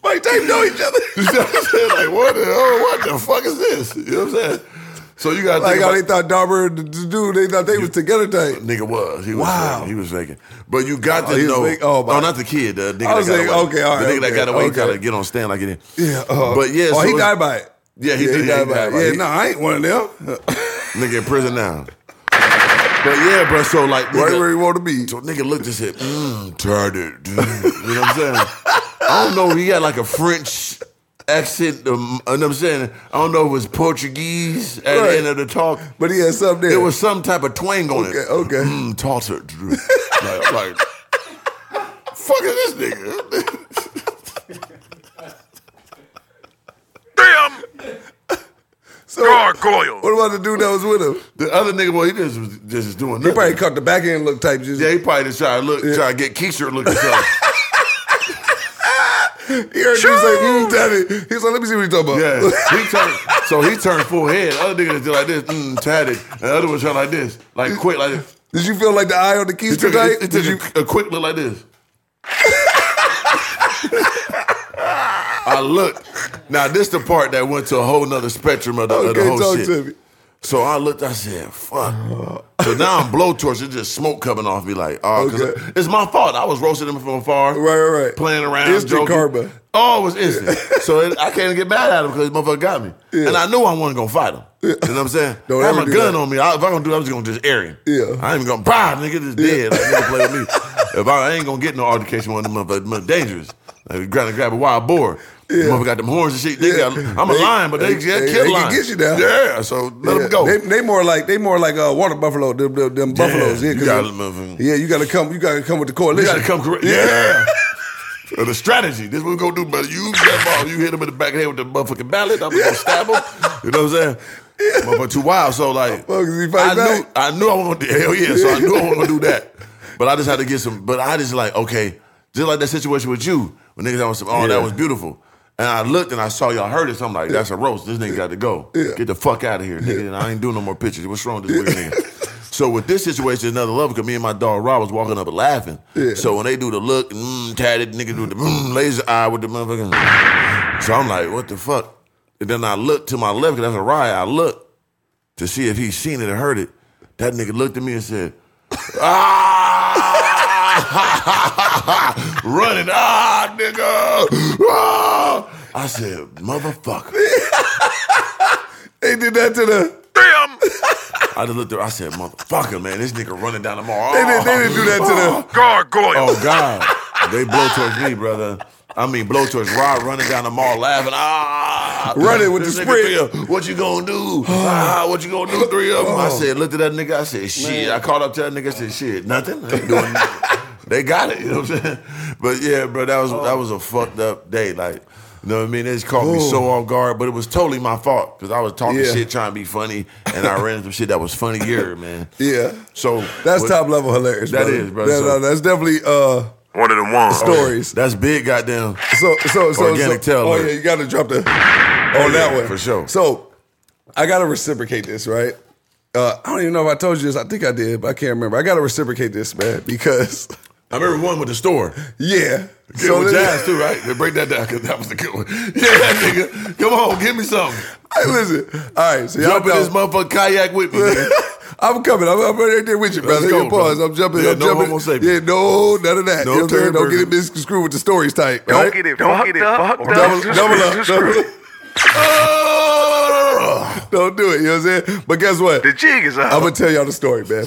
Mike Tyson know each
you
other.
see what I'm saying? Like what the hell? What the fuck is this? You know what I'm saying? So you got to
like
think
how
about-
they thought Dauber and the dude, they thought they was together tight.
Nigga was. He was
Wow.
faking. He was faking. But you got
Oh,
to
he was
know.
faking- oh, my-
no, not the kid. The nigga
I was
that got
like,
away.
okay, all
The
right,
nigga that
okay,
got away
okay.
got to get on stand like it is.
Yeah. Uh,
But yeah,
Oh,
so
he
it's-
died by it.
Yeah, he,
Yeah,
did
he died by it. Yeah,
He-
no, I ain't one of them.
Nigga in prison now. But yeah, bro. So like, nigga,
right where he want to be.
so nigga looked and said, mm, tired. it." You know what I'm saying? I don't know. He had like a French accent. Um, you know what I'm saying? I don't know if it was Portuguese at
Right.
the end of the talk.
But he had something there.
It was some type of twang on
Okay,
it.
okay.
Mm, Tartar. like, like, fuck is this nigga?
Trim.
So,
Gargoyle.
What about the dude that was with him?
The other nigga, boy, he just was just doing
He probably
nothing.
caught the back end look type. Just,
Yeah, he probably just trying to look, try to get Keisha to look at something.
He heard you say, mm, daddy. He's like, let me see what you talking about.
Yeah, he turned. So he turned full head. Other nigga did like this, mm, tatted. And the other one turned like this, like quick, like this.
Did you feel like the eye on the keys
It took, a,
tonight? Did
it took
you?
a, a quick look like this. I looked. Now this the part that went to a whole nother spectrum of the, of the
Okay,
whole
talk
shit.
to me.
So I looked. I said, "Fuck." So now I'm blowtorch. It's just smoke coming off me. Like, oh, 'cause
Okay.
it's my fault. I was roasting him from afar.
Right, right, right.
Playing around.
Instant
joking.
karma.
Oh, it was instant. so it, I can't get mad at him because motherfucker got me.
Yeah.
And I knew I wasn't gonna fight him. You know what I'm saying?
Don't
I had
ever
my
do
gun
that.
on me. I, if I'm gonna do that, I'm just gonna just air him.
Yeah.
I ain't even gonna bah, nigga just dead. Like, nigga play with me. If I, I ain't gonna get no altercation with them motherfuckers, mother dangerous. Like grab grab a wild boar. Motherfucker got them horns and shit. They
Yeah.
got, I'm a
They-
lion, but they,
they-
yeah,
they-
kill
they can
lions.
get you now.
Yeah, so let
Yeah,
them go.
They, they more like they more like uh, water buffalo. Them, them, them buffaloes. Yeah,
you
'cause
gotta
of-
motherfucker.
yeah, you gotta come. You gotta come with the
You
coalition.
gotta come correct. Yeah. So the strategy. This is what we're gonna do, brother. You that ball, you hit him in the back of the head with the motherfucking ballot, I'm gonna stab him. You know what I'm saying? Motherfucker too wild. So like
Fuck, is he
I
fighting
knew
back?
I knew I was gonna do hell yeah, so I knew I was gonna do that. But I just had to get some but I just like, okay, just like that situation with you, when niggas was some, oh,
Yeah.
that was beautiful. And I looked and I saw y'all heard it, so I'm like, that's a roast. This nigga got to go.
Yeah.
Get the fuck out of here, nigga. And I ain't doing no more pictures. What's wrong with this weird nigga? So with this situation, another level, because me and my dog Rob was walking up and laughing.
Yeah.
So when they do the look, mm, tatted nigga do the mm, laser eye with the motherfucking. So I'm like, what the fuck? And then I look to my left, 'cause that's a riot. I look to see if he seen it or heard it. That nigga looked at me and said, ah! Running, ah, nigga! Ah! I said, motherfucker.
They did that to the.
Damn.
I just looked at her, I said, motherfucker, man, this nigga running down the mall.
They didn't. They didn't do that to the.
Gargoyle.
Oh God. they blow towards me, brother. I mean, blow towards Rod running down the mall laughing. Ah,
Running with the
This nigga
spring.
three of, What you gonna do? ah, what you gonna do? Three of
Oh.
them. I said, looked at that nigga. I said, shit. I called up to that nigga. I said, shit, nothing. I ain't doing nothing. they got it. You know what I'm saying? But yeah, bro, that was that was a fucked up day. Like, you know what I mean? They just caught me so off guard, but it was totally my fault because I was talking
Yeah.
shit, trying to be funny, and I ran into some shit that was funnier, man.
Yeah.
So
That's
what-
top level hilarious.
That
That is,
is, brother. Oh, So-
that's definitely uh,
One of the ones.
stories.
That's big, goddamn.
So so so
Organic
so,
tail
Oh
alert.
yeah, you got to drop the on that
yeah,
one
for sure.
So I got to reciprocate this, right? Uh, I don't even know if I told you this. I think I did, but I can't remember. I got to reciprocate this, man, because
I remember one with the store.
yeah.
Yeah, with Jazz too, right? They break that down because that was the good one. Yeah, nigga, come on, give me something.
Hey, listen. All right, so y'all
Jump in
know-
this motherfucking kayak with me. nigga.
I'm coming. I'm, I'm right there with you, brother.
Let's go,
Your pause.
brother.
I'm jumping.
Yeah,
I'm
no
jumping.
homo sapien.
yeah, no, none of that.
No
you know what I'm saying? Don't
turd
get it misconstrued with the stories tight.
Don't
right?
get it fucked up. or
Double,
misconstrued.
double up.
Misconstrued.
Double up.
Oh,
Don't do it. You know what I'm saying? But guess what?
The jig is up.
I'm gonna tell y'all the story, man.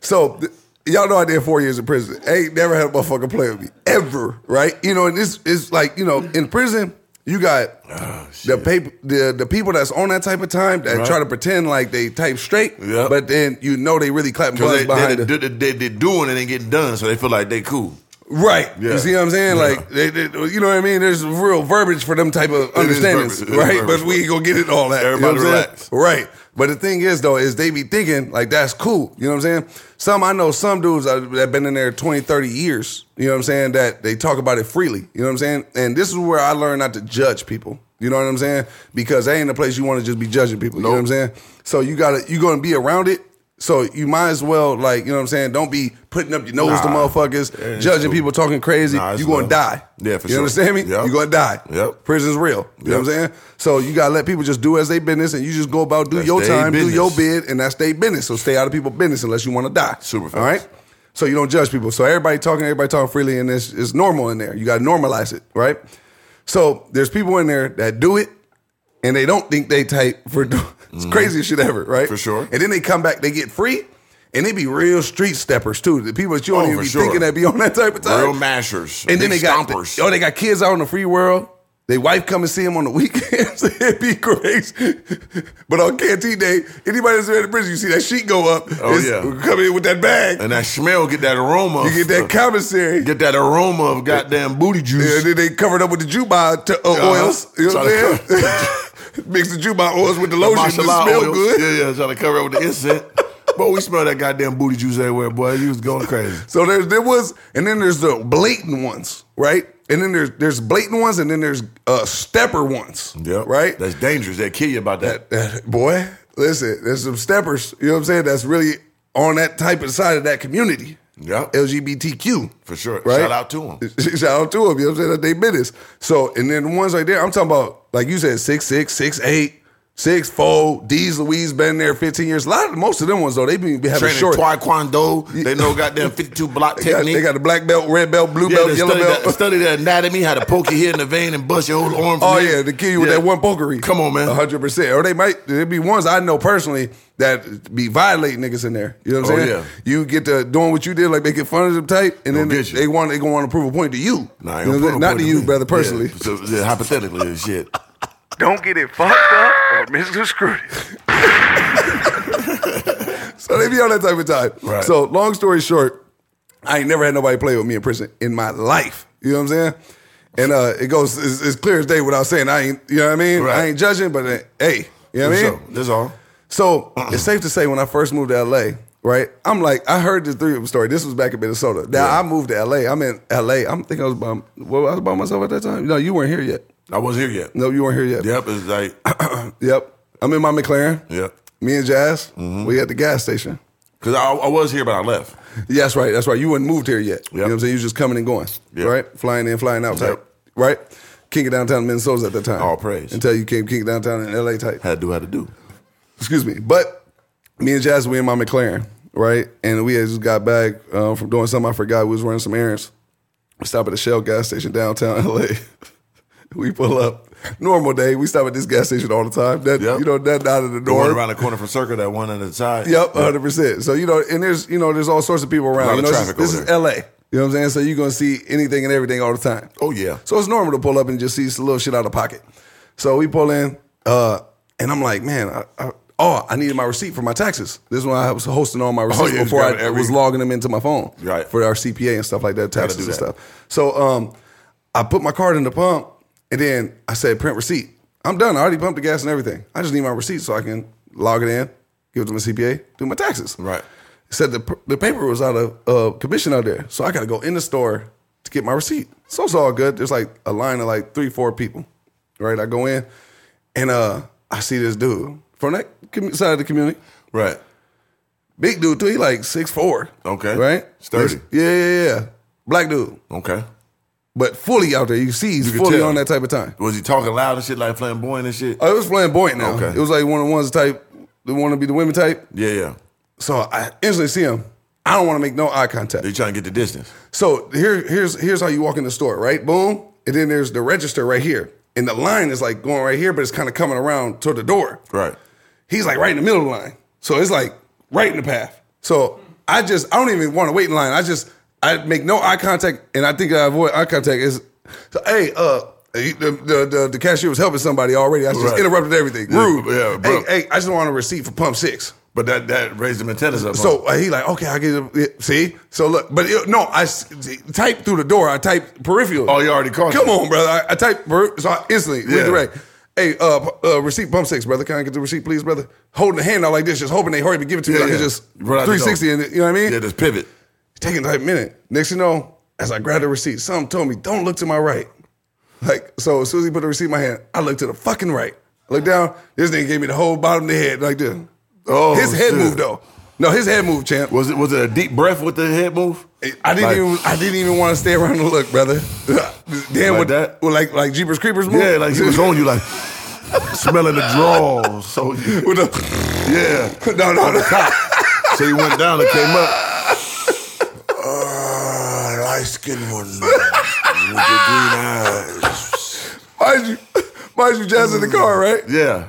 So th- y'all know I did four years in prison. I ain't never had a motherfucker play with me ever, right? You know, and this is like you know in prison you got
Ah,
the paper the the people that's on that type of time that
Right.
try to pretend like they type straight,
Yep.
but then you know they really clapping
Because
buns
they,
behind
they,
the,
they, they, they doing it ain't getting done, so they feel like they cool.
right.
Yeah.
You see what I'm saying? Like they, they, you know what I mean? There's real verbiage for them type of understandings,
verbiage. It is
right?
verbiage.
But we ain't gonna get it all that. You know
Everybody
what I'm saying?
relax.
Right. But the thing is, though, is they be thinking, like, that's cool. You know what I'm saying? Some, I know some dudes that have been in there 20, 30 years, you know what I'm saying, that they talk about it freely. You know what I'm saying? And this is where I learned not to judge people. You know what I'm saying? Because that ain't a place you want to just be judging people. You know what I'm saying? So you gotta, you gonna be around it. So you might as well, like, you know what I'm saying? Don't be putting up your nose to
Nah. Yeah,
motherfuckers,
it's
judging
cool.
people, talking crazy.
Nah, it's
you gonna
love.
die.
Yeah, for
you
sure.
understand me?
Yep.
you gonna die.
Yep.
Prison's real. You know what I'm
Yep.
saying? So you gotta let people just do as they business, and you just go about do
That's
your
they
time, do your
business.
bid, and that's their business. So stay out of people's business unless you want to die.
Super
All
facts.
right. So you don't judge people. So everybody talking, everybody talking freely, and this is normal in there. You gotta normalize it, right? So there's people in there that do it, and they don't think they type for do- it's craziest shit ever, right?
Mm-hmm. For sure.
And then they come back, they get free. And they be real street steppers too. The people that you don't
Oh,
even
for
be
sure.
thinking that be on that type of time.
Real mashers.
And then they
Big
got
stompers.
oh, they got kids out in the free world. They wife come and see him on the weekends. It'd be great. But on canteen day, anybody that's in the prison, you see that sheet go up.
Oh,
It's-
yeah.
Come in with that bag.
and that smell, get that aroma.
you get that commissary.
get that aroma of goddamn booty juice.
and then they covered up with the Juba to, uh,
Uh-huh.
oils. You know what I'm
Try to
saying? Mix the Jubon oils with the lotion to
Masala
smell
oils.
good.
Yeah, yeah, trying to cover up with the incense. Boy, we smell that goddamn booty juice everywhere, boy. You was going crazy.
So there's there was, and then there's the blatant ones, right? And then there's there's blatant ones, and then there's uh, stepper ones. Right.
That's dangerous. They kill you about that.
That- boy, listen, there's some steppers. You know what I'm saying? That's really on that type of side of that community.
Yep.
LGBTQ.
For sure.
Right?
Shout out to 'em.
Shout out to them. You know what I'm saying? That they business. So, and then the ones right there, I'm talking about, like you said, six six, six eight, six four. D's Louise been there 15 years. A lot of most of them ones though, they been having
Training
short.
taekwondo. They know goddamn 52 block
They got,
technique.
they got the black belt, red belt, blue
yeah,
belt,
they
yellow
study,
belt.
the, study the anatomy, how to poke your head in the vein and bust your whole arm. from
Oh
there.
yeah, to kill you with
Yeah.
that one pokery.
Come on, man.
hundred percent. Or they might there be ones I know personally that be violating niggas in there. You know what I'm
Oh,
saying?
yeah.
You get to doing what you did, like making fun of them type, and then
Gonna get you.
they want they gonna want to prove a point to you.
Nah, I
You know what
ain't gonna put
I'm
a
saying? not
point
to
in
you,
me.
brother, personally.
Yeah, so, yeah, hypothetically, and shit.
Don't get it fucked up or misconstrued.
So they be on that type of time.
Right.
So long story short, I ain't never had nobody play with me in prison in my life. You know what I'm saying? And uh, it goes it's, it's clear as day without saying I ain't. You know what I mean?
Right.
I ain't judging, but uh, hey, you know what I mean?
So, that's all.
So it's safe to say when I first moved to LA, right? I'm like, I heard the three of them story. This was back in Minnesota. Now I moved to LA. I'm in LA. I'm thinking I was by well, I was by myself at that time. No, you weren't here yet.
I wasn't here yet.
No, you weren't here yet.
Yep, it's like,
Yep. I'm in my McLaren.
yep.
Me and Jazz.
Mm-hmm.
We at the gas station.
Because I, I was here, but I left.
Yeah, that's right. That's right. You weren't moved here yet. You know
Yep.
what I'm saying? You was just coming and going.
Yep.
Right? Flying in, flying out type.
Yep.
Right? King of downtown Minnesota's at that time.
All praise.
Until you came King of downtown in LA type.
Had to do, had to do.
excuse me. But me and Jazz, we in my McLaren, right? And we had just got back uh, from doing something I forgot. We was running some errands. We stop at the Shell gas station downtown LA. we pull up. Normal day, we stop at this gas station all the time. That
Yep.
you know, that out of the
The one
norm.
around the corner from Circle, that one on the side.
Yep, hundred percent. So you know, and there's you know, there's all sorts of people
A lot
around. You
of
know, this,
traffic
this
over
is
there.
LA. You know what I'm saying? So you're gonna see anything and everything all the time.
Oh, yeah.
So it's normal to pull up and just see some little shit out of pocket. So we pull in, uh, and I'm like, man, I, I, oh, I needed my receipt for my taxes. This is when I was hosting all my receipts
Oh, yeah, you
before I
grab every-
was logging them into my phone
Right.
for our CPA and stuff like that, taxes
do
and
that.
stuff. So um, I put my card in the pump, and then I said, print receipt. I'm done. I already pumped the gas and everything. I just need my receipt so I can log it in, give it to my CPA, do my taxes.
Right.
Said the the paper was out of uh, commission out there, so I got to go in the store to get my receipt. So it's all good. There's like a line of like three, four people, right? I go in, and uh, I see this dude from that commu- side of the community,
Right.
big dude too. He like six four.
Okay.
right?
Sturdy.
Yeah, yeah, yeah. Black dude,
Okay.
but fully out there. You see, he's
can
fully
tell.
on that type of time.
Was he talking loud and shit, like flamboyant and shit?
Oh, it was flamboyant now.
Okay.
It was like one of the ones type. They want to be the women type.
yeah, yeah.
So I instantly see him. I don't want to make no eye contact.
They trying to get the distance.
So here, here's here's how you walk in the store, right? Boom, and then there's the register right here, and the line is like going right here, but it's kind of coming around to the door.
Right.
He's like right in the middle of the line, so it's like right in the path. So I just I don't even want to wait in line. I just I make no eye contact, and I think I avoid eye contact. Is so hey uh. The, the, the, the cashier was helping somebody already. I just
Right.
interrupted everything.
Yeah,
Rude.
yeah,
hey,
abrupt.
hey, I just want a receipt for pump six.
But that that raised them antennas up.
So uh, he like, okay, I get it. Yeah, See, so look, but it, no, I s- typed through the door. I typed peripheral.
Oh, you already caught
Come
it.
on, brother. I, I typed per- so I instantly
Yeah.
redirect. Hey, uh, p- uh, receipt pump six, brother. Can I get the receipt, please, brother? Holding the hand out like this, just hoping they hurry up and give it to me.
Yeah,
like it's
yeah.
just
Right out the
three sixty,
door.
and it- you know what I mean?
yeah, just pivot.
Taking like a minute. Next you know, as I grabbed the receipt, something told me don't look to my right. Like so, as soon as he put the receipt in my hand, I looked to the fucking right. Look down. This nigga gave me the whole bottom of the head like this.
Oh,
his head
shit.
moved though. No, his head moved, champ.
Was it was it a deep breath with the head move?
I didn't
Like-
even I didn't even want to stay around and look, brother. Damn,
Like
with
that?
that, with like like Jeepers Creepers. Move?
Yeah, like he was on you, like smelling the draw. So you,
with the
yeah,
no no no.
so you went down and came up.
Ah,
Uh, light skinned one with the green eyes.
Mind you, mind you, Jazz in the car, right?
Yeah,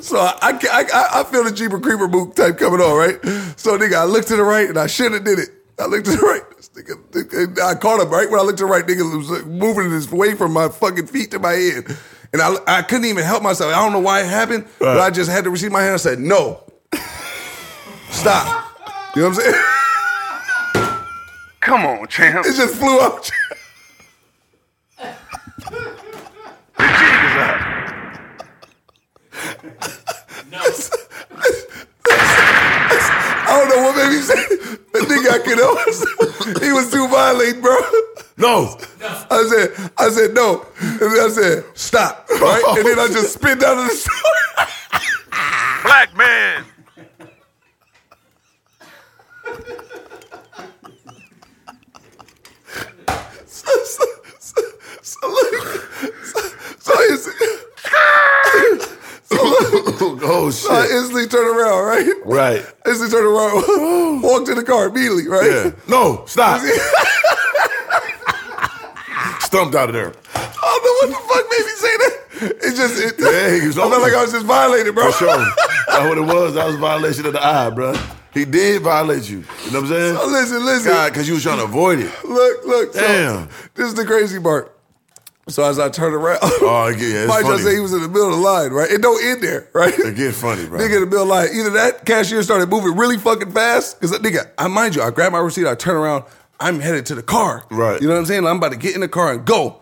So I, I, ca- I, I- I feel the Jeeper Creeper boot type coming on, right? So nigga, I looked to the right and I shouldn't have did it. I looked to the right. This nigga, nigga- I caught him right when I looked to the right. Nigga was like, moving his way from my fucking feet to my head, and I, I couldn't even help myself. I don't know why it happened, but
Right.
I just had to receive my hand. I said no, stop. You know what I'm saying?
Come on, champ.
It just flew out.
The jig is up.
the nigga I could almost, he was too violent, bro.
No.
I said, I said no, and then I said stop, right? And then I just spit down to the store.
Black man.
So it's,
oh shit.
I instantly turn around, right?
right.
Instantly turn around, walk to the car immediately, right?
Yeah. No. Stop. Stumped out of there.
I don't know Oh, what the fuck made me say that. It just, it,
Yeah, he was
I
on
felt like
it.
I was just violated, bro.
For sure. That's what it was. That was a violation of the eye, bro. He did violate you. You know what I'm saying?
Oh, listen, listen.
God, because you was trying to avoid it.
Look, look. So,
Damn.
This is the crazy part. So as I turn around,
Oh, yeah, it's
Mike
funny.
just said he was in the middle of the line, right? It don't end there, right?
It get funny, bro.
Nigga in the middle of the line. Either that cashier started moving really fucking fast, because nigga, I mind you, I grab my receipt, I turn around, I'm headed to the car.
Right.
You know what I'm saying? I'm about to get in the car and go.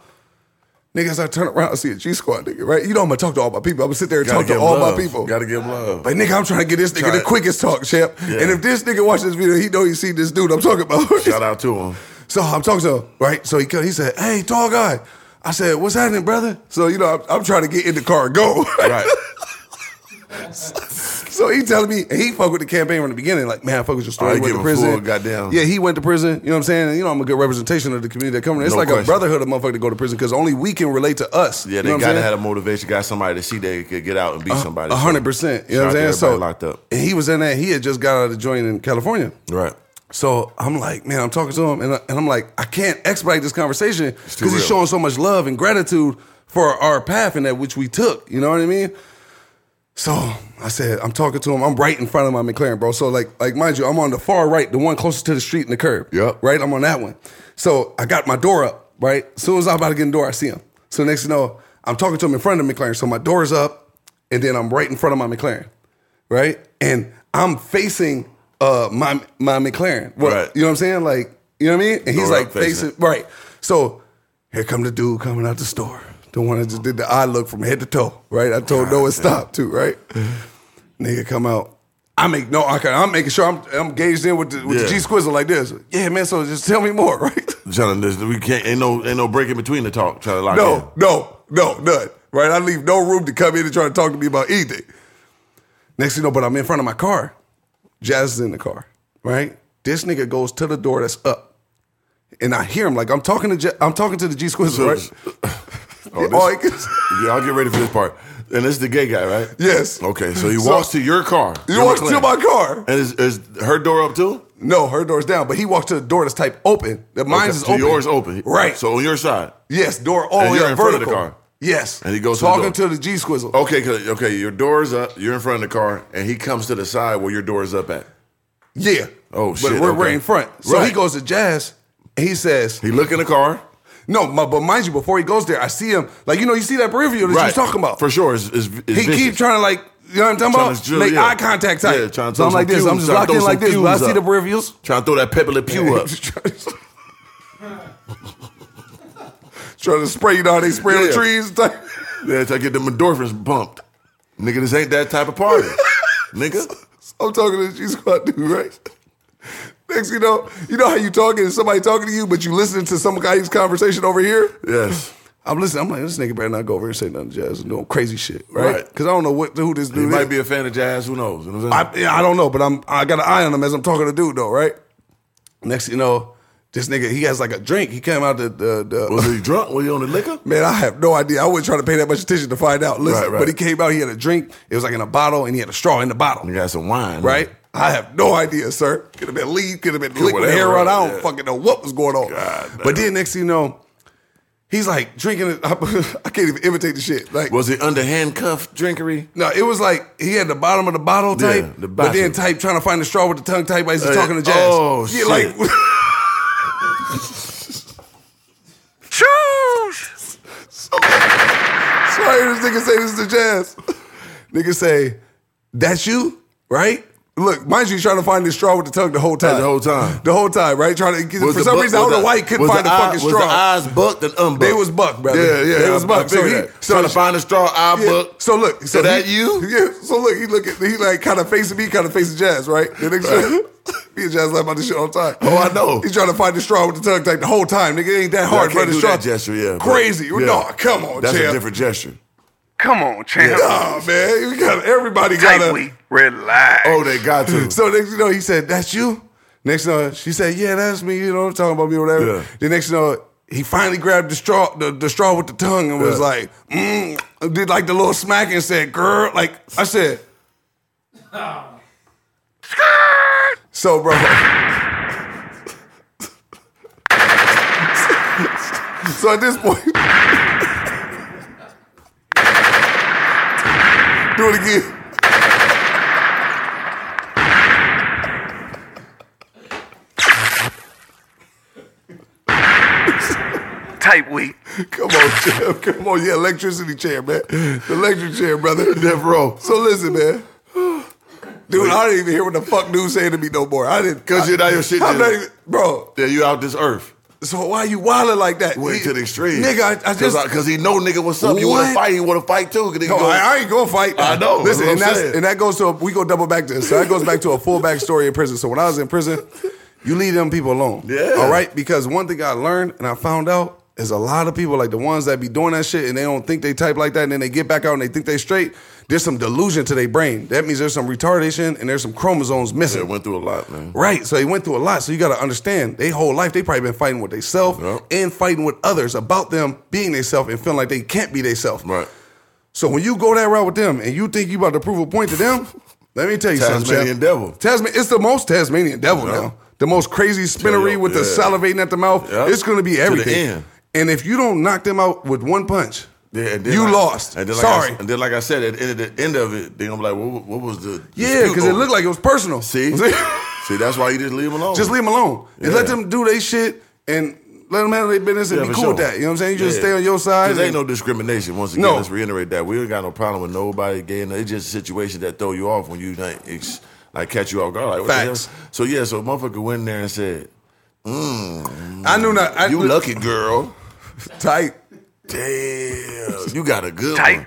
Nigga, as I turn around, I see a G Squad nigga, right? You know I'm gonna talk to all my people. I'm gonna sit there and
Gotta
talk to
give
all
love.
my people.
Gotta give love.
But nigga, I'm trying to get this nigga
Try
the
it.
quickest talk, champ.
Yeah.
And if this nigga watch this video, he know he see this dude I'm talking about.
Shout out to him.
So I'm talking to him, right? So he co- he said, "Hey, tall guy." I said, "What's happening, brother?" So you know, I'm, I'm trying to get in the car and go.
Right.
so he telling me, and he fuck with the campaign from the beginning, like, "Man, I fuck with your story."
Oh, he
he went
give
to
him full
prison.
goddamn-
Yeah, he went to prison. You know what I'm saying? And, you know, I'm a good representation of the community that coming. It's
No
like a
question.
brotherhood of motherfucker to go to prison because only we can relate to us.
Yeah,
You
they
know what I'm
gotta
saying?
have a motivation, got somebody to see they could get out and be somebody.
A hundred percent. You know what
Shout out
I'm saying?
to
So
everybody locked up.
And he was in that. He had just got out of the joint in California.
Right.
So I'm like, man, I'm talking to him, and, I, and I'm like, I can't expedite this conversation
too
because he's
real.
showing so much love and gratitude for our path and that which we took. You know what I mean? So I said, I'm talking to him. I'm right in front of my McLaren, bro. So like, like mind you, I'm on the far right, the one closest to the street in the curb.
Yep.
Right, I'm on that one. So I got my door up. Right, as soon as I'm about to get in the door, I see him. So next thing you know, I'm talking to him in front of the McLaren. So my door's up, and then I'm right in front of my McLaren. Right, and I'm facing uh my my McLaren. What,
Right.
You know what I'm saying? Like, you know what I mean? And he's
Door
like
up facing
facing
it.
right. So here come the dude coming out the store. The one that just did the eye look from head to toe, right? I told Noah stop too, right? Nigga come out. I make no okay, I'm making sure I'm I'm gauged in with the with the
Yeah.
G Squizzle like this. Yeah, man, so just tell me more, right?
John, this, we can't ain't no ain't no break in between the talk. Trying to lock in.
No, no, no, none. Right? I leave no room to come in and try to talk to me about anything. Next thing you know, but I'm in front of my car. Jazz is in the car, right? This nigga goes to the door that's up. And I hear him like I'm talking to Ja- I'm talking to the G Squizzle, right?
Oh, this-
All he can-
yeah, I'll get ready for this part. And this is the gay guy, right?
Yes.
Okay, so he
So-
walks to your car.
He
your
walks to
McLaren.
my car.
And is, is her door up too?
No, her door's down, but he walks to the door that's type open. The mine's
Okay,
is
so
open.
Yours open.
Right.
So on your side.
yes, door all the
And
way
you're
up
in front of the
vertical.
car.
Yes.
And he goes to the
talking
door. Oh.
to the G Squizzle.
Okay, 'cause- okay, your door's up, you're in front of the car, and he comes to the side where your door is up at.
Yeah.
Oh, shit,
But we're
okay.
right in front. So he
Right.
goes to Jazz and he says,
He look in the car.
No, my, but mind you, before he goes there, I see him. Like, you know, you see that peripheral that you was talking about.
For sure. It's, it's, it's
he keep
vicious.
trying to, like, you know what I'm talking
Trying
about?
to drill,
Make
yeah.
eye contact type.
Yeah, trying
so
to throw
I'm like
some
this. I'm
cues,
just
trying
locked
to throw
in like
some
this. But I
cues
see the
up.
peripherals.
Trying to throw that Pepe Le Pew up.
trying to spray, you know how they spray on the
Yeah.
trees? type.
Yeah, to get the endorphins pumped. Nigga, this ain't that type of party. Nigga.
I'm talking to the G Squad dude, right? Next, you know, you know how you talking and somebody talking to you, but you listening to some guy's conversation over here.
Yes.
I'm listening. I'm like, this nigga better not go over here and say nothing to Jazz and doing crazy shit, right?
Right.
Because I don't know what who this dude
He
is.
might be a fan of jazz. Who knows? You know what I'm
I,
saying?
yeah, I don't know, but I'm I got an eye on him as I'm talking to dude though, right? Next thing you know, this nigga he has like a drink. He came out the the,
was
the
he drunk? Was he on the liquor?
man. I have no idea. I wasn't trying to pay that much attention to find out. Listen,
Right, right.
but he came out. He had a drink. It was like in a bottle, and he had a straw in the
He
bottle.
got some wine.
Right? I have no idea, sir. Could have been lead. Could have been liquid
whatever,
hair on. I don't
yeah.
fucking know what was going on.
God
but
damn.
then next thing you know, he's like drinking it. I, can't even imitate the shit. Like
Was he under handcuff drinkery?
no, it was like he had the bottom of the bottle type,
Yeah, the
but then
bottom.
type trying to find the straw with the tongue type as he's
Uh,
talking to Jazz.
oh,
yeah,
shit.
like
Choose.
so I hear this nigga say this to Jazz. Nigga say, "That's you, right?" Look, mind you, he's trying to find his straw with the tongue the whole time.
The whole time.
The whole time, right? Trying to
Was
for
the
some
buck-
reason I don't
was
know why he couldn't
was
find the,
eye-
fucking straw.
Was the eyes bucked and unbucked?
They was bucked, brother.
Yeah, yeah.
They was
I- I
bucked. So
figured
he-
that.
so
trying to
she-
find a straw, eye
Yeah.
bucked.
So look, so
Is that
he-
you?
Yeah. So look, he look at he like kind of facing me, kind of facing Jazz, right? The next me and Jazz laugh about this shit all the time.
Oh, I know.
He's trying to find the straw with the tongue like the whole time. Nigga, it ain't that
Yeah, I
hard,
can't
brother.
do
straw.
that gesture, yeah. but-
Crazy.
yeah.
No, come on,
That's
champ.
a different gesture.
Come on, champ.
Nah, man. You got everybody
Tight
got
week. Relax.
Oh, they got to.
So next you know, he said, That's you? Next you know, she said, Yeah, that's me, you know, I'm talking about me or whatever.
Yeah.
The next you know, he finally grabbed the straw the, the straw with the tongue and was
Yeah.
like, mm, did like the little smack and said, girl, like I said. So bro. so at this point. Do it again.
Tight week.
Come on, champ. Come on, yeah, electricity chair, man. The electric chair, brother. Death row. So listen, man. Dude, I didn't even hear what the fuck dude saying to me no more. I didn't.
Because
I-
you're not your shit.
I'm not
Just,
even, bro.
yeah, you out this earth.
So why you wilding like that?
Went
He-
to the extreme.
nigga. I, I just.
Because he know nigga what's up. You want
What?
to fight, you want to fight too. 'Cause nigga
No,
go-
I, I ain't gonna fight.
I know, that's
Listen,
what I'm
and, that's,
saying.
and that goes to a, we go double back to this. So that goes back to a full back story in prison. So when I was in prison, you leave them people alone.
Yeah.
All right. Because one thing I learned and I found out is a lot of people like the ones that be doing that shit and they don't think they type like that and then they get back out and they think they straight. There's some delusion to their brain. That means there's some retardation and there's some chromosomes
Yeah,
missing.
went through a lot, man.
Right. So they went through a lot. So you got to understand, they whole life they probably been fighting with themselves
Yep.
and fighting with others about them being themselves and feeling like they can't be themselves.
Right.
So when you go that route with them and you think you about to prove a point to them, let me tell you something.
Tasmanian
champ.
devil.
Tasman, it's the most Tasmanian devil now. The most crazy spinnery
you,
with the
yeah.
salivating at the mouth.
Yeah.
It's going to be
the
everything.
end.
And if you don't knock them out with one punch,
Yeah, and then
you
like-
lost.
And then like
Sorry.
I, and then, like I said, at the end of, the end of it, they gonna be like, "What, what was the?"
yeah, because it looked like it was personal.
See, see, that's why you just leave them alone.
Just leave them alone. And
Yeah.
let them do their shit and let them handle their business and
Yeah,
be
for
cool
sure.
with that. You know what I'm saying? You just
Yeah.
stay on your side.
'Cause There ain't
and-
no discrimination. Once again,
No.
let's reiterate that we ain't got no problem with nobody gay. and It's just situations that throw you off when you like, ex, like catch you off guard. Like, what the hell?
Facts.
So yeah, so motherfucker went in there and said,
I knew not. I,
"You lucky girl."
Tight.
Damn, you got a good
Tight.
one.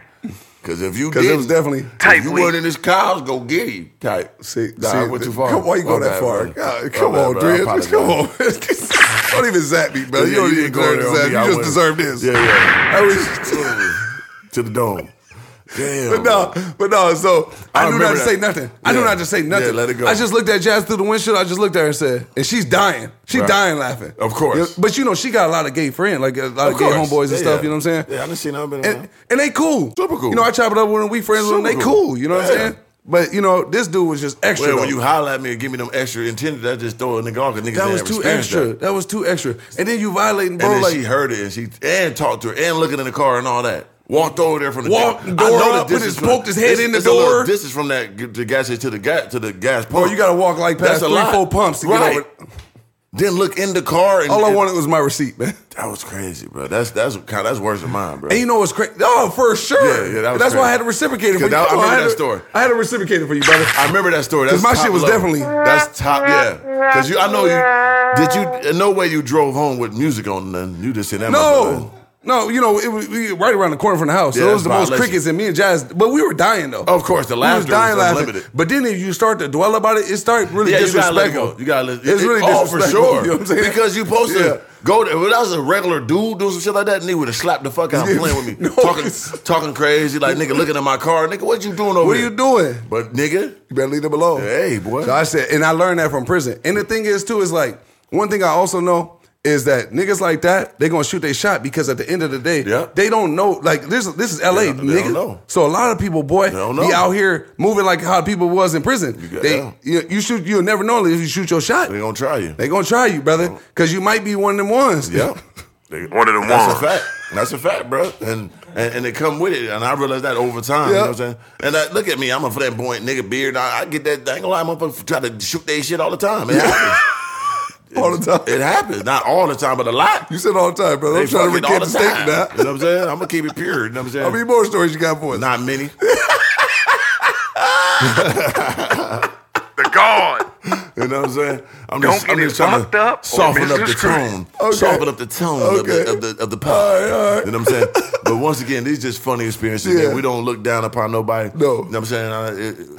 Because if you
Because
did,
it was definitely.
if
Tight
you
week.
weren't in this cows, go get him. Type.
See,
nah,
see,
I went too far.
Come on, you go
My
that
bad,
far.
brother.
God,
My
come
bad,
on,
brother. I
Dre.
apologize.
Come on. don't even zap me, brother.
Yeah,
you don't even
didn't go
deserve to
there on
zap.
me. I
You just
wouldn't.
deserve this.
Yeah, yeah.
I was,
to the dome. Damn.
but no, but no. So I,
I
knew not
remember
to say
that.
nothing. I knew
Yeah.
not to say
Yeah,
nothing.
let it go.
I just looked at Jazz through the windshield. I just looked at her and said, and she's dying. She's
Right.
dying laughing.
Of course.
Yeah, But you know, she got a lot of gay friends, like a lot of, gay
course.
homeboys and
Yeah,
stuff.
yeah.
You know what I'm saying?
Yeah, I done seen them. Been around.
and, and they cool.
Super cool.
You know, I chop it up with them. We friends with them. They
Super
cool.
cool.
You know what I'm
Yeah.
saying? But you know, this dude was just extra.
Well, when
though.
you holler at me and give me them extra intended, that just throw a nigga off because niggas
That
didn't
was
have
too
experience
extra.
that.
That. was too extra. And then you violating, bro.
And then
like
she heard it and she and talked to her and looking in the car and all that. Walked over there from the
Walked
I
the door
know
up,
that this
put
is
his-
from-
poked his head
this-
in the
it's a little
door.
Distance from that g- the gas station to the gas to the gas pump.
bro, you got to walk like past
That's a
three,
lot.
four pumps to
Right.
get over.
Then look in the car and
All I
and-
wanted was my receipt, man.
That was crazy, bro. That's that's kind that's worse than mine, bro.
And you know what's crazy? Oh, for sure.
Yeah, yeah, that was
That's why I
crazy.
had to reciprocate it for you.
'Cause that- I
Come on,
remember
had
that
to-
story.
I had to reciprocate it for you, brother.
I remember that story.
'Cause
That's
my
top
shit was
level.
definitely-
that's top. Yeah, because you. I know you. Did you? in No way you drove home with music on. Nothing. You just in that.
No.
motherfucker.
No, you know, it was we, right around the corner from the house.
Yeah,
so it was
that's
the most
violation.
crickets and me and Jazz, but we were dying though.
Of course, the
We
laughter was unlimited.
But then if you start to dwell about it, it starts really
Yeah, you gotta
disrespectful.
let it go. You gotta let.
It's really
oh,
disrespectful.
for sure.
You know what I'm saying?
Because you supposed
Yeah.
to go there. If I was a regular dude doing some shit like that, nigga would have slapped the fuck out,
Yeah.
playing with me,
No,
talking,
it's-
talking crazy, like nigga looking at my car, nigga, what you doing over
What are
here?
you doing?
But nigga,
You better leave them alone.
Hey, boy.
So I said, and I learned that from prison. And the thing is, too, is like one thing I also know is that niggas like that they gonna shoot their shot because at the end of the day,
Yeah.
they don't know. Like this, this is L.A.
They don't- they
niggas.
don't know.
So a lot of people, boy,
don't
be
know.
out here moving like how people was in prison.
You got-
they
yeah.
you, you shoot, you'll never know unless you shoot your shot.
they gonna try you.
They gonna try you, brother, because you might be one of them ones.
Yeah. They-
One of the
That's a
ones.
fact. That's a fact, bro. And, and and they come with it. And I realized that over time. You
Yeah.
know what I'm saying? And I, look at me. I'm a flamboyant nigga beard. I, I get that. I ain't gonna lie. Motherfuckers try to shoot their shit all the time. It happens.
all the time.
It happens. Not all the time, but a lot.
You said all the time, brother.
They
I'm trying to
fucking
recant the
time.
statement now.
You know what I'm saying? I'm gonna keep it pure. You know what I'm saying?
How many more stories you got for us?
Not many.
The
You know what I'm saying? I'm
Don't
just,
get
I'm
it
just trying
fucked
to
up or
soften up the
misconstrued.
tone,
Okay.
soften up the tone
Okay.
of the of the, of the pie.
All right, all right.
You know what I'm saying? but once again, these just funny experiences.
Yeah.
man. We don't look down upon nobody.
No.
you know what I'm saying? I,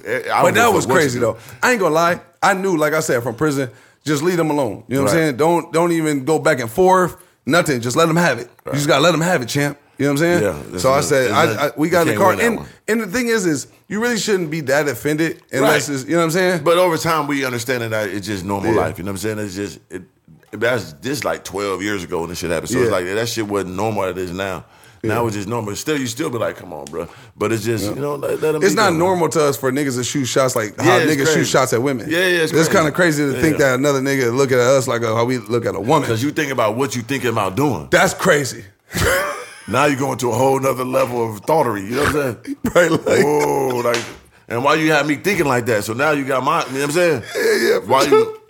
it, I
But that was crazy though. I ain't gonna lie. I knew, like I said, from prison, just leave them alone. You know what I'm
Right.
saying? Don't don't even go back and forth. Nothing. Just let them have it. You just gotta let them have it, champ. You know what I'm saying?
Yeah, that's
so I
not-
said,
it's
I, I,
not-
we
you
got in the
can't
car.
win that
And,
one.
and the thing is, is you really shouldn't be that offended unless
Right.
it's, you know what I'm saying?
But over time, we understanding that it's just normal
Yeah.
life. You know what I'm saying? It's just it, that's this like 12 years ago when this shit happened. So
Yeah.
it's like that shit wasn't normal. It is now. Now it's just normal. Still, you still be like, come on, bro. But it's just you know, let, let 'em
it's
be
not
them.
normal to us for niggas to shoot shots like how
Yeah, it's
niggas shoot
crazy.
shots at women.
Yeah, yeah, it's crazy.
kind of crazy to think
Yeah.
that another nigga looking at us like uh, how we look at a woman.
Cause you think about what you thinking about doing.
That's crazy.
Now you're going to a whole nother level of thoughterry. You know what I'm saying?
Right, like-
Whoa, like, and why you have me thinking like that? So now you got my, you know what I'm saying?
Yeah, yeah.
Why you?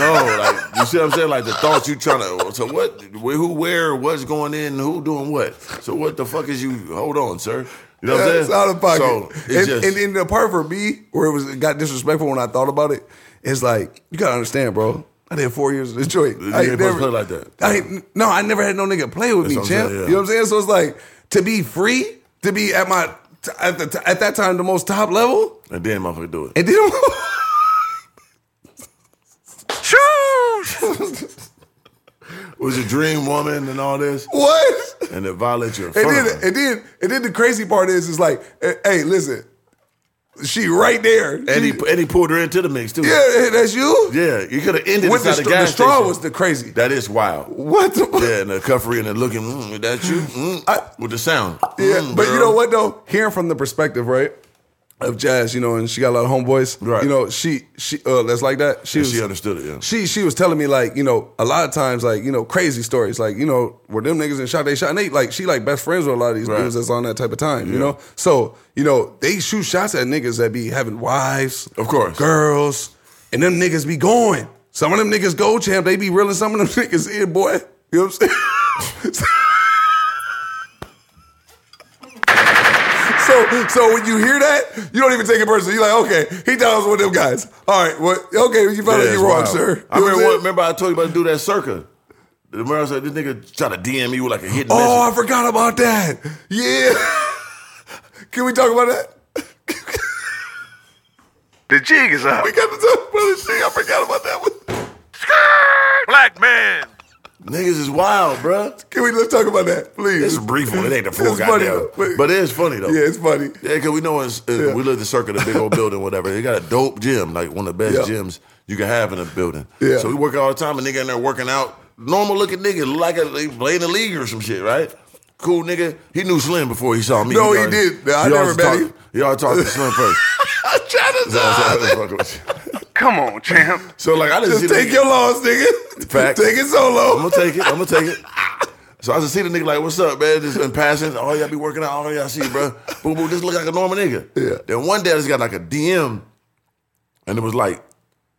no, like you see what I'm saying? Like the thoughts you trying to. So what? wh- Who? Where? What's going in? Who doing what? So what the fuck is you? Hold on, sir. You know what I'm saying?
That's out of pocket.
So
and,
it's just
and, and the part for me where it was it got disrespectful when I thought about it, it's like you gotta understand, bro. I did four years in Detroit.
You
I ain't
ain't supposed to play like that.
I ain't- no, I never had no nigga play with
That's
me,
what I'm
champ.
saying, yeah.
You know what I'm saying? So it's like to be free, to be at my t- at the t- at that time the most top level,
and then motherfucker do it.
and then
It was a dream woman and all this,
what?
and it violates your.
And then,
firm.
and then, and then the crazy part is, is like, eh, hey, listen, she right there.
and
She-
he and he pulled her into the mix too.
yeah, that's you.
Yeah, you could have ended
With the,
inside
str- the
the, gas
straw
station.
was the crazy.
That is wild.
What the?
Yeah, and the cuffery and the looking. Mm, that you mm,
I-
with the sound.
Yeah,
Mm,
but you know
girl.
what though? Hearing from the perspective, right, of jazz, you know, and she got a lot of homeboys,
Right.
You know, she she uh, that's like that. She
Yeah,
was,
she understood it, yeah.
She she was telling me like you know a lot of times like you know crazy stories like you know where them niggas and shot they shot and they like she like best friends with a lot of these
Right.
dudes that's on that type of time you know so you know they shoot shots at niggas that be having wives
Of course.
girls and them niggas be going some of them niggas go champ they be reeling some of them niggas in boy you know what I'm saying. So, so when you hear that, you don't even take it personally. You're like, okay, he thought I was one of them guys. All right, well, okay, you found out
Yeah,
you're
it's
wrong,
wild.
sir. You
I
know what I'm
remember,
saying?
one, remember I told you about to do that circa. Remember I said this nigga tried to DM me with like a hidden
Oh, I
message.
forgot about that. Yeah. Can we talk about that?
The jig is up.
We got to talk about this shit. I forgot about that one.
Black man.
Niggas is wild, bruh.
Can we let's talk about that, please?
It's a brief one. It ain't the full
It's funny,
goddamn.
though.
But it is funny though.
yeah, it's funny.
Yeah, because we know it's, uh,
Yeah.
we live the circle, the big old building, whatever. They got a dope gym, like one of the best
Yeah.
gyms you can have in a building.
Yeah.
So we work out all the time, and nigga in there working out, normal looking nigga, like a, they play in the league or some shit, right? Cool nigga. He knew Slim before he saw me.
No, he did. I never
always
met
talk-
him.
He always talked to Slim first.
I'm trying to
So I said, "Fuck with you."
Come on, champ.
So like I didn't see
Just
the
take
nigga.
your loss, nigga.
Facts.
Take it solo.
I'm gonna take it. I'm gonna take it. So I just see the nigga like, "What's up, man?" Just in passing. Oh, y'all be working out. Oh, y'all see, bro. Boo, boo. Just look like a normal nigga.
Yeah.
Then one day I just got like a DM, and it was like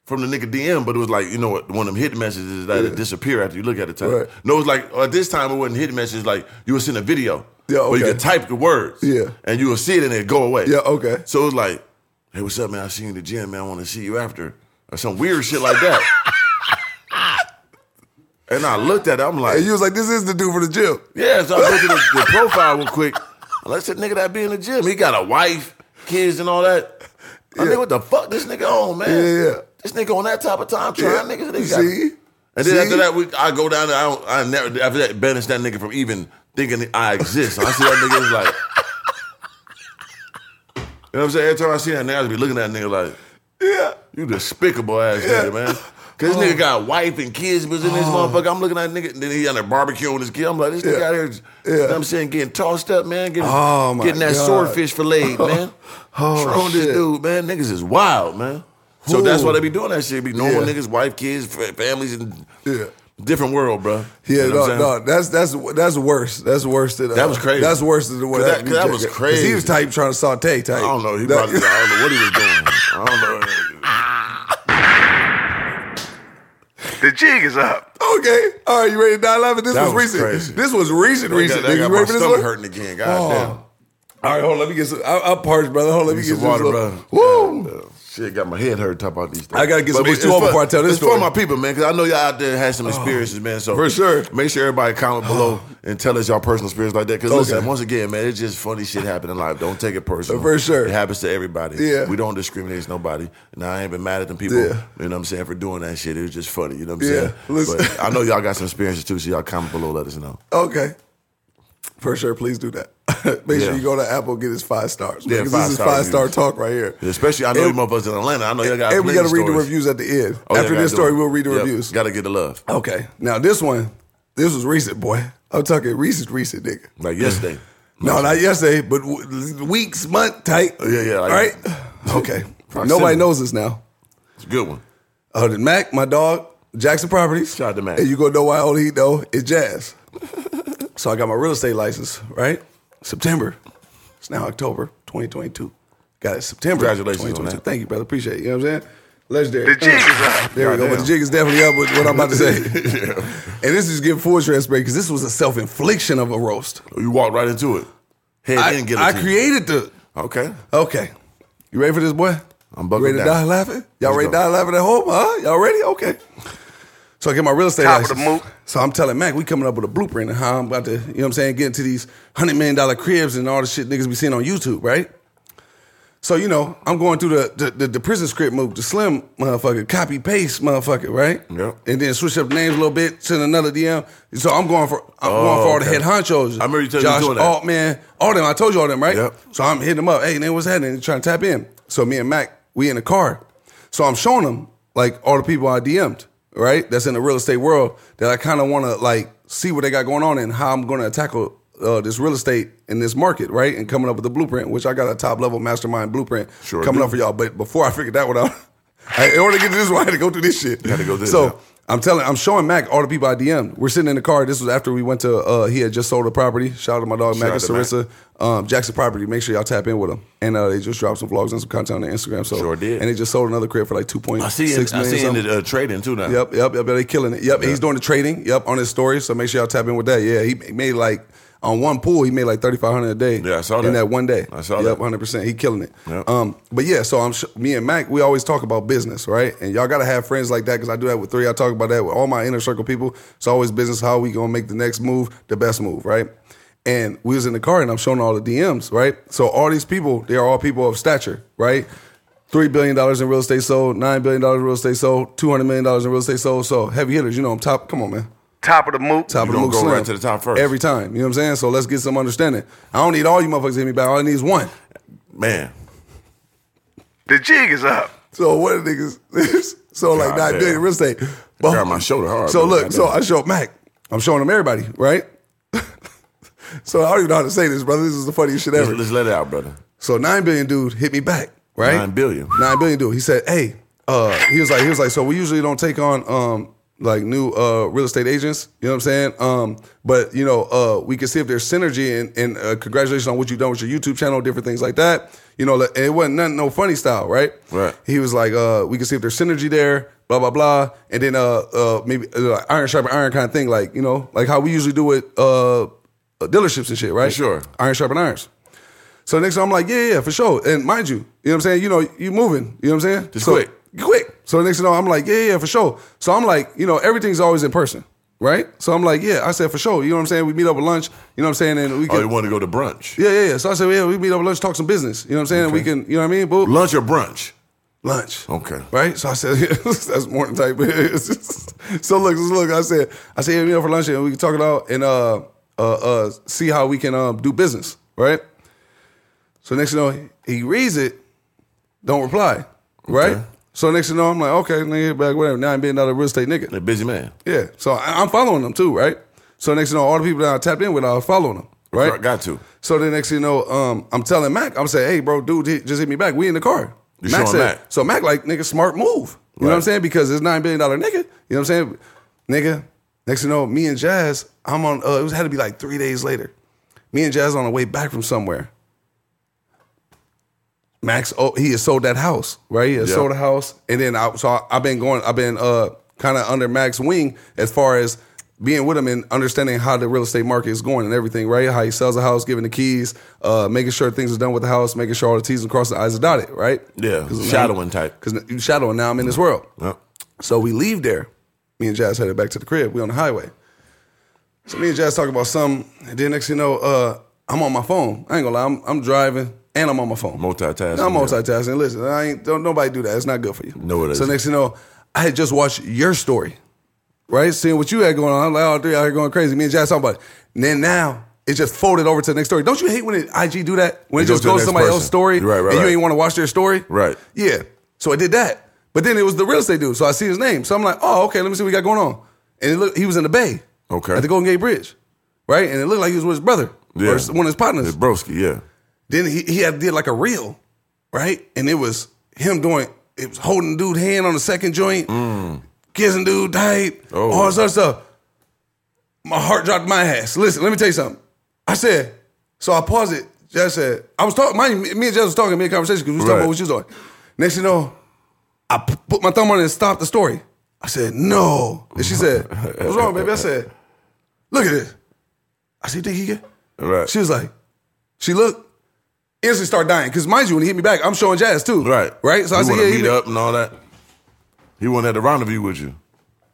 from the nigga DM, but it was like you know what, one of them hidden messages that disappear after you look at the time.
Right.
No, it was like at this time it wasn't hidden messages. Like you would send a video,
Yeah,
but you
okay.
could type the words,
Yeah.
and you would see it and it go away.
Yeah, okay.
So it was like, "Hey, what's up, man? I see you in the gym, man. I want to see you after." Or some weird shit like that. And I looked at it, I'm like,
And you was like, this is the dude for the gym.
yeah, so I looked at the, the profile real quick. I like said, nigga, that be in the gym. He got a wife, kids, and all that. I think, what the fuck this nigga on, man?
Yeah, yeah.
This nigga on that type of time trying niggas. They
You
got-
see?
And then
See?
after that, we, I go down there. I, don't, I never after that banish that nigga from even thinking that I exist. I see that nigga it's like, you know what I'm saying? Every time I see that nigga, I just be looking at that nigga like,
Yeah.
you despicable ass nigga, man. Cause this nigga got wife and kids, but in this motherfucker, I'm looking at nigga. Then he on a barbecue with his kid. I'm like, this nigga
Oh. Yeah.
out here, you know what I'm saying, getting tossed up, man. Getting,
Oh, my
getting that
God.
swordfish fillet, man.
Oh,
Throwing
shit.
this dude, man. Niggas is wild, man. So that's
Ooh.
why they be doing that shit. Be normal
Yeah.
niggas, wife, kids, fa- families, and
Yeah.
different world, bro.
Yeah,
you know what I'm
no,
saying?
no, that's that's that's worse. That's worse than uh,
That was crazy.
That's worse than the one
'Cause that- 'cause that was
He was
crazy.
type trying to saute type.
I don't know. He probably, I don't know what he was doing. I don't know.
The jig is up.
Okay. All right, you ready to die laughing? This
That
was,
was
recent.
crazy.
This was recent,
That got,
recent.
that
nigga.
got
you
my
ready for this
stomach
one? Oh.
hurting again. God
All right, hold on. Let me get some. I, I'm parched, brother. Hold on. Let me
Need
get
some water,
this little-
brother.
Woo!
damn. Shit, got my head hurt talking about these things.
I gotta get some
But
H2O
it's for-
before I tell this
It's
story. Oh,
for my people, man, because I know y'all out there had some experiences, man. So
For sure.
make sure everybody comment below and tell us y'all personal experience like that. Because listen,
Okay.
once again, man, it's just funny shit happen in life. Don't take it personal.
For sure.
it happens to everybody.
Yeah.
we don't discriminate nobody. Now I ain't been mad at them people.
Yeah.
You know what I'm saying for doing that shit. It was just funny. You know what I'm
Yeah,
saying.
listen.
But I know y'all got some experiences too. So y'all comment below. Let us know.
Okay. For sure, please do that. Make
Yeah.
sure you go to Apple, get his five stars.
Yeah,
because
five
this is
star
five star
reviews.
talk right here.
Especially I know
And-
you motherfuckers in Atlanta. I know y'all got.
and we
got
gotta read the reviews at the end.
Oh,
After this story, we'll read the reviews.
Got to get the love.
Okay. Now this one, this was recent, boy. I'm talking recent, recent, nigga.
Like yesterday.
No, not yesterday, but w- weeks, month, tight.
Yeah, yeah,
All
like-
right. Okay.
Proximity.
Nobody knows this now.
It's a good one.
Other than Oh, Mac, my dog, Jackson Properties.
Shout out to Mac.
And you gonna know why all he know is jazz. so I got my real estate license, right? September. It's now October 2022. Got it September.
Congratulations on
2022.
that.
Thank you, brother. Appreciate it. You know what I'm saying? Legendary.
The jig is up.
There we go. But the
Goddamn.
jig is definitely up with what I'm about to say. And this is getting full transparent because this was a self infliction of a roast.
You walked right into it. Head
I,
in, get
I
it.
created the.
Okay.
Okay. You ready for this, boy?
I'm
You
buckled
ready to die
down.
laughing? Y'all
Let's
ready to
go.
die laughing at home? Huh? Y'all ready? Okay. So I get my real estate
Top of the
license.
moot.
so I'm telling Mac, we coming up with a blueprint and how I'm about to, you know what I'm saying, get into these hundred million dollar cribs and all the shit niggas be seeing on YouTube, right? So you know, I'm going through the the, the, the prison script move, the slim motherfucker, copy paste motherfucker, right?
Yep.
And then switch up names a little bit, send another DM. So I'm going for I'm going for all the
Oh, okay.
head honchos.
I remember you telling me
Josh
doing that.
Altman, Oh, all them. I told you all them, right?
Yep.
So I'm hitting them up. Hey, man, what's happening? Trying to tap in. So me and Mac, we in the car. So I'm showing them like all the people I DM'd, right? That's in the real estate world that I kind of want to like see what they got going on and how I'm going to tackle uh, this real estate in this market, right? And coming up with a blueprint, which I got a top level mastermind blueprint
Sure
coming
do.
up for y'all. But before I figured that one out, I, in order to get to this one, I had to go through this shit.
Had to go through
So
it, yeah.
I'm telling, I'm showing Mac all the people I DM'd. We're sitting in the car. This was after we went to. Uh, he had just sold a property. Shout out to my dog Mac
out
and
to Mac.
Sarissa, um, Jackson Property. Make sure y'all tap in with them. And uh, they just dropped some vlogs and some content on their Instagram. So
Sure did.
And they just sold another crib for like two point
I see.
six
I
million.
see in
something.
the uh, trading too now.
Yep, yep, yep. They killing it. Yep, and he's doing the trading. Yep, on his story. So make sure y'all tap in with that. Yeah, he made like on one pool he made like thirty five hundred a day.
Yeah, I saw
in
that.
that one day.
I saw
Yep,
that.
hundred percent. He killing it.
Yep.
Um, but yeah, so I'm sh- me and Mac. We always talk about business, right? And y'all gotta have friends like that because I do that with three. I talk about that with all my inner circle people. It's always business. How we gonna make the next move, the best move, right? And we was in the car and I'm showing all the DMs, right? So all these people, they are all people of stature, right? Three billion dollars in real estate sold, nine billion dollars in real estate sold, two hundred million dollars in real estate sold. So heavy hitters, you know I'm top. Come on, man,
Top of the moot.
top of the
You gonna
Mook
go
Slim.
right to the top first.
every time. You know what I'm saying? So let's get some understanding. I don't need all you motherfuckers to hit me back. All I need is one.
Man.
The jig is up.
So what the niggas? so like
God
not
damn.
doing real estate. But,
Grabbed my shoulder hard,
So
man.
look,
God
so
damn.
I show Mac. I'm showing him everybody, right? so I don't even know how to say this, brother. This is the funniest shit
Let's,
ever.
let's let it out, brother.
So nine billion dude hit me back, right?
Nine billion.
Nine billion dude. He said, "Hey, uh, he was like, he was like, so we usually don't take on um like new uh real estate agents. You know what I'm saying? Um, but you know, uh, we can see if there's synergy and and uh, congratulations on what you've done with your YouTube channel, different things like that. You know, like- and it wasn't nothing no funny style, right?
Right.
He was like, uh, we can see if there's synergy there, blah blah blah, and then uh, uh, maybe uh, like iron sharp iron kind of thing, like you know, like how we usually do it, uh, dealerships and shit, right?
Sure.
Iron sharp irons. So next time I'm like, yeah, yeah, for sure. And mind you, you know what I'm saying? You know, you moving. You know what I'm saying?
Just
so,
quick.
Quick. So next thing you know, I'm like, yeah, yeah, for sure. So I'm like, you know, everything's always in person, right? So I'm like, yeah, I said for sure. You know what I'm saying? We meet up at lunch, you know what I'm saying? And we
Oh, you
can
want to go to brunch?
Yeah, yeah, yeah. So I said, yeah, we meet up at lunch, talk some business. You know what I'm saying? And we can, you know what I mean? Boop.
Lunch Oh, or brunch?
Lunch.
Okay.
Right? So I said, that's morning type. so look, so look, I said, I said, yeah, you know, for lunch and we can talk it out and uh uh uh see how we can um do business, right? So next thing you know, he reads it, don't reply. Right?
Okay.
So next thing you know, I'm like, okay, nigga, back, whatever. Now I'm being another real estate nigga.
A busy man.
Yeah. So I, I'm following them too, right? So next thing you know, all the people that I tapped in with, I was following them, right?
Got to.
So the next thing you know, um, I'm telling Mac, I'm saying, hey, bro, dude, he- just hit me back. We in the car.
You
Mac said,
showing Mac.
so Mac like, nigga, smart move. You know what I'm
Right.
saying? Because it's nine billion dollar nigga. You know what I'm saying? Nigga, next thing you know, me and Jazz, I'm on uh, it was had to be like three days later. Me and Jazz on the way back from somewhere. Max, oh, he has sold that house, right? He has
Yeah.
sold a house, and then I so I, I've been going, I've been uh kind of under Mac's wing as far as being with him and understanding how the real estate market is going and everything, right? How he sells a house, giving the keys, uh, making sure things are done with the house, making sure all the T's and cross the I's are dotted, right?
Yeah, shadowing type.
Because you shadowing, now I'm in this world.
Yep.
So we leave there. Me and Jazz headed back to the crib. We on the highway. So me and Jazz talking about something. And then next thing you know, uh, I'm on my phone. I ain't gonna lie, I'm, I'm driving and I'm on my phone.
Multitasking,
I'm
yeah.
multitasking. Listen, I ain't don't nobody do that. It's not good for you.
No, it
So
isn't.
next thing you know, I had just watched your story, right? Seeing what you had going on. I'm like, all three out here going crazy. Me and Jazz talking about it. And then now it just folded over to the next story. Don't you hate when it, IG do that? When it
It goes
just
to the
goes to
next
somebody
person.
else's story
Right, right,
and you
right.
ain't want to watch their story?
Right.
Yeah. So I did that. But then it was the real estate dude. So I see his name. So I'm like, oh, okay, let me see what we got going on. And it looked, he was in the Bay.
Okay.
At the Golden Gate Bridge. Right? And it looked like he was with his brother.
Yeah.
Or his- one of his partners.
It's broski, yeah.
Then he, he had did like a reel, right? And it was him doing it was holding dude hand on the second joint, kissing dude tight,
Mm. Oh.
all this other stuff. My heart dropped my ass. Listen, let me tell you something. I said, so I paused it. Jess said, I was talking, mind you, me and Jess was talking, mid conversation because we was talking
Right.
about what she was doing. Next thing you know, I p- put my thumb on it and stopped the story. I said, no. And she said, what's wrong, baby? I said, look at this. I said, you think he get?
Right.
She was like, she looked, instantly start dying. Cause mind you, when he hit me back, I'm showing jazz too.
right.
Right? So I
You
said,
wanna
yeah, he
meet
been-
up and all that. He wasn't at the rendezvous with you. Oh,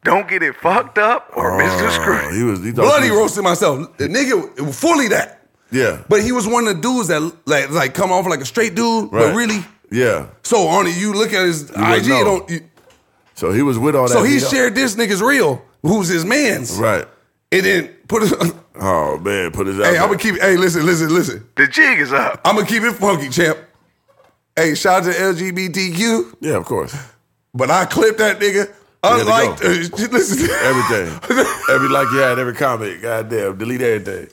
Don't get it fucked up
Oh,
or Mr. Scrooge.
He was he thought
bloody
he was-
roasted myself. The nigga fully that.
Yeah.
But he was one of the dudes that like, like come off like a straight dude, but
Right.
really.
Yeah.
So on it, you look at his
wouldn't
IG,
know.
it don't. You,
So he was with all that.
so he
meet up.
shared this nigga's real, who's his man's,
Right.
and then put it.
Oh man, put his out.
hey,
there.
I'm gonna keep. Hey, listen, listen, listen.
The jig is up.
I'm gonna keep it funky, champ. Hey, shout out to LGBTQ.
Yeah, of course.
But I clipped that nigga.
had to
Unlike
go.
uh, listen,
Everything. every like you had, every comment. Goddamn, delete everything.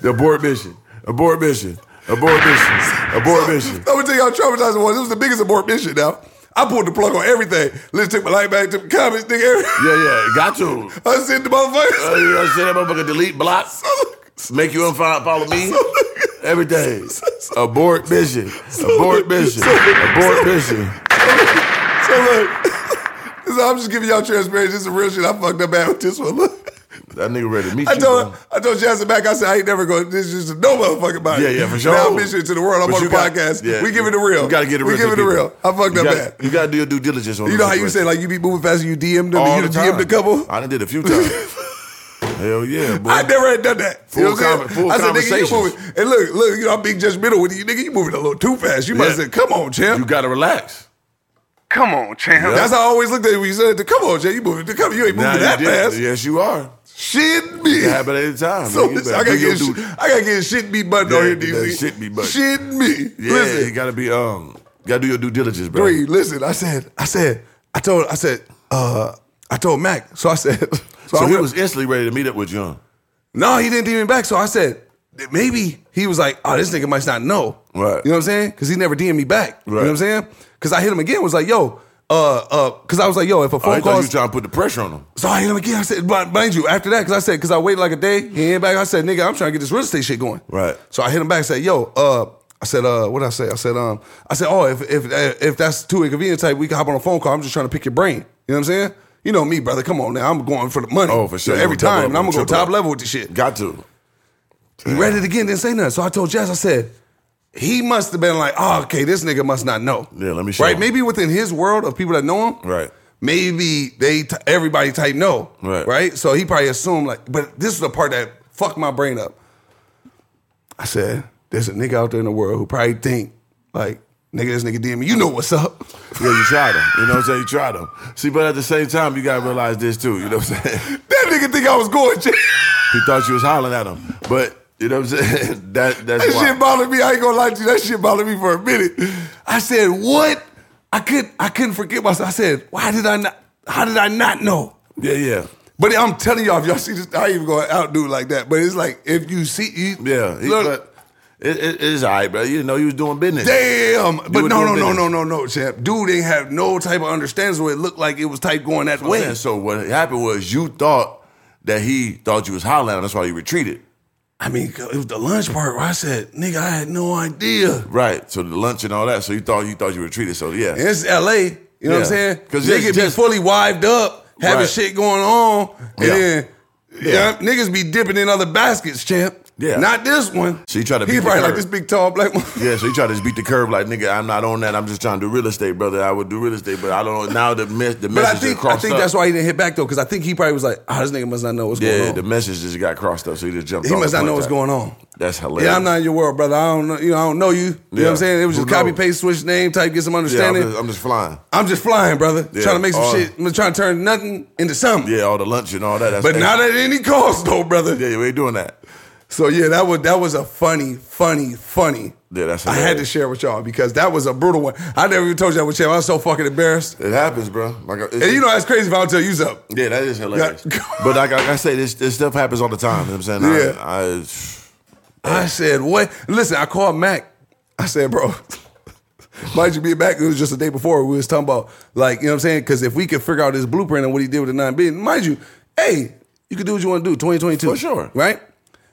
The abort mission. Abort mission. Abort mission. Abort mission.
I'm gonna tell you how traumatized it was. It was the biggest abort mission. Now I pulled the plug on everything. Let's take my life back to the comments, nigga.
Yeah, yeah, got to.
I sent the motherfuckers.
Uh, you know what I'm saying? That motherfucker delete, block, make you unfollow follow me. Everything. Abort mission. Abort mission. Abort mission.
So look, this- I'm just giving y'all transparency. This is real shit. I fucked up bad with this one. Look,
That nigga ready to meet
I
you.
told
bro.
I told Jasmine back. I said I ain't never going. to This is just no motherfucking body.
Yeah, yeah, for sure.
Now I'm issuing it to the world. I'm
But
on
you
the
got-
podcast.
yeah,
we give it the
you-
real.
You gotta get it real.
We
to
give it the
people.
real. I fucked
you
up
gotta,
bad.
You gotta do your due diligence on
You
the
know how you say
situation.
like you be moving fast, and you DM them,
All
you
the
DM the
time.
couple.
I done did a few times. Hell yeah, boy.
I never had done that. You know what
Full
I'm saying?
conver- full
I said, nigga, you
conversations.
moving. And look, look, you know, I'm being judgmental with you. Nigga, you moving a little too fast. You must
Yeah.
have said, come on, champ.
You gotta relax.
Come on, champ.
That's how I always looked at it when you said, it. come on, champ. You moving. Come, you ain't moving
Nah, you
that
did-
fast.
Yes, you are.
Shit me.
It happen at any time.
So
nigga. You better
I
do
gotta
your
get
due-
shit, I gotta get shit me button
Yeah,
on here,
you gotta
DC.
shit me button.
Shit me.
Yeah,
Listen,
you gotta be um, gotta do your due diligence, bro.
three. Listen, I said, I said, I told, I said, uh, I told Mac. So I said, so,
So
I
he
went-
was instantly ready to meet up with John.
No, he didn't DM me back. So I said, that maybe he was like, oh, this nigga might not know.
Right.
You know what I'm saying? Because he never DM me back. You know
Right.
what I'm saying? Because I hit him again. Was like, yo, uh, uh, because I was like, yo, if a
Oh,
phone
he
call.
thought you trying to put the pressure on him.
So I hit him again. I said, but mind you, after that, because I said, because I waited like a day, he ain't back. I said, nigga, I'm trying to get this real estate shit going.
Right.
So I hit him back. I said, yo, uh, I said, uh, what did I say? I said, um, I said, oh, if if if that's too inconvenient, type, we can hop on a phone call. I'm just trying to pick your brain. You know what I'm saying? You know me, brother. Come on now. I'm going for the money.
Oh, for sure.
Every
You gonna double
time.
up,
And I'm going to go
triple
top
up.
level with this shit.
Got to.
He read it again, didn't say nothing. So I told Jazz, I said, he must have been like, oh, okay, this nigga must not know.
Yeah, let me show
Right?
him.
Maybe within his world of people that know him.
Right.
Maybe they t- everybody type no.
Right.
Right. So he probably assumed like, but this is the part that fucked my brain up. I said, there's a nigga out there in the world who probably think like, nigga, this nigga DM me. You know what's up.
Yeah, you tried him. You know what I'm saying? You tried him. See, but at the same time, you gotta realize this too. You know what I'm saying?
That nigga think I was going. Jazz.
He thought you was hollering at him, but you know what I'm saying? That that's
That
why.
shit bothered me. I ain't gonna lie to you. That shit bothered me for a minute. I said, "What?" I couldn't. I couldn't forget myself. I said, "Why did I not? How did I not know?"
Yeah, yeah,
But I'm telling y'all, if y'all see this, I ain't even gonna outdo it like that. But it's like if you see, you,
yeah. He,
Look,
but it, it, it's all right, bro. You didn't know he was doing business.
damn. But
were
no, no,
doing
no,
business.
no, no, no, champ. Dude didn't have no type of understanding. So it looked like it was type going that
I'm
way.
saying, so what happened was you thought that he thought you was hollering at him. That's why you retreated.
I mean, it was the lunch part where I said, "Nigga, I had no idea."
Right. So the lunch and all that. So you thought you thought you retreated. So yeah.
And it's LA. You know what I'm
Yeah.
saying?
'Cause
Because they get
just- just-
be fully wived up, having
Right.
shit going on, and
Yeah.
then Yeah. niggas be dipping in other baskets, champ.
Yeah.
Not this one.
So you try to
He
beat the
probably like
curve.
this big tall black one.
Yeah, so you try to just beat the curve like nigga. I'm not on that. I'm just trying to do real estate, brother. I would do real estate, but I don't know now. The mes- the
But I
message
think I
crossed
think
up.
that's why he didn't hit back though, because I think he probably was like, "Ah, this nigga must not know what's
Yeah,
going
the
on.
message just got crossed up, so he just jumped.
he
off
must
the
not know
point
what's
type.
going on."
That's hilarious.
Yeah, I'm not in your world, brother. I don't know. You know, I don't know you. You know what
Yeah.
I'm saying? It was
Who
just copy
knows?
paste, switch name, type, get some
Yeah, I'm
understanding.
just, I'm just flying.
I'm just flying, brother.
Yeah.
Trying to make some
Oh.
shit. I'm trying to turn nothing into something.
Yeah, all the lunch and all that. That's
but not at any cost, though, brother.
Yeah, we ain't doing that.
So yeah, that was that was a funny, funny, funny.
Yeah, that's
I had to
hilarious.
share with y'all because that was a brutal one. I never even told y'all what y'all. I was so fucking embarrassed.
It happens, bro. Like it's-
And you know that's crazy if I don't tell you something.
Yeah, that is hilarious.
Yeah.
but like, like I say, this this stuff happens all the time. You know what I'm saying?
Yeah.
I, I,
I said, what? Listen, I called Mac. I said, bro, might you be back? It was just the day before we was talking about, like, you know what I'm saying? Because if we could figure out his blueprint and what he did with the nine billion, mind you, hey, you could do what you want to do, 2022.
For sure.
Right?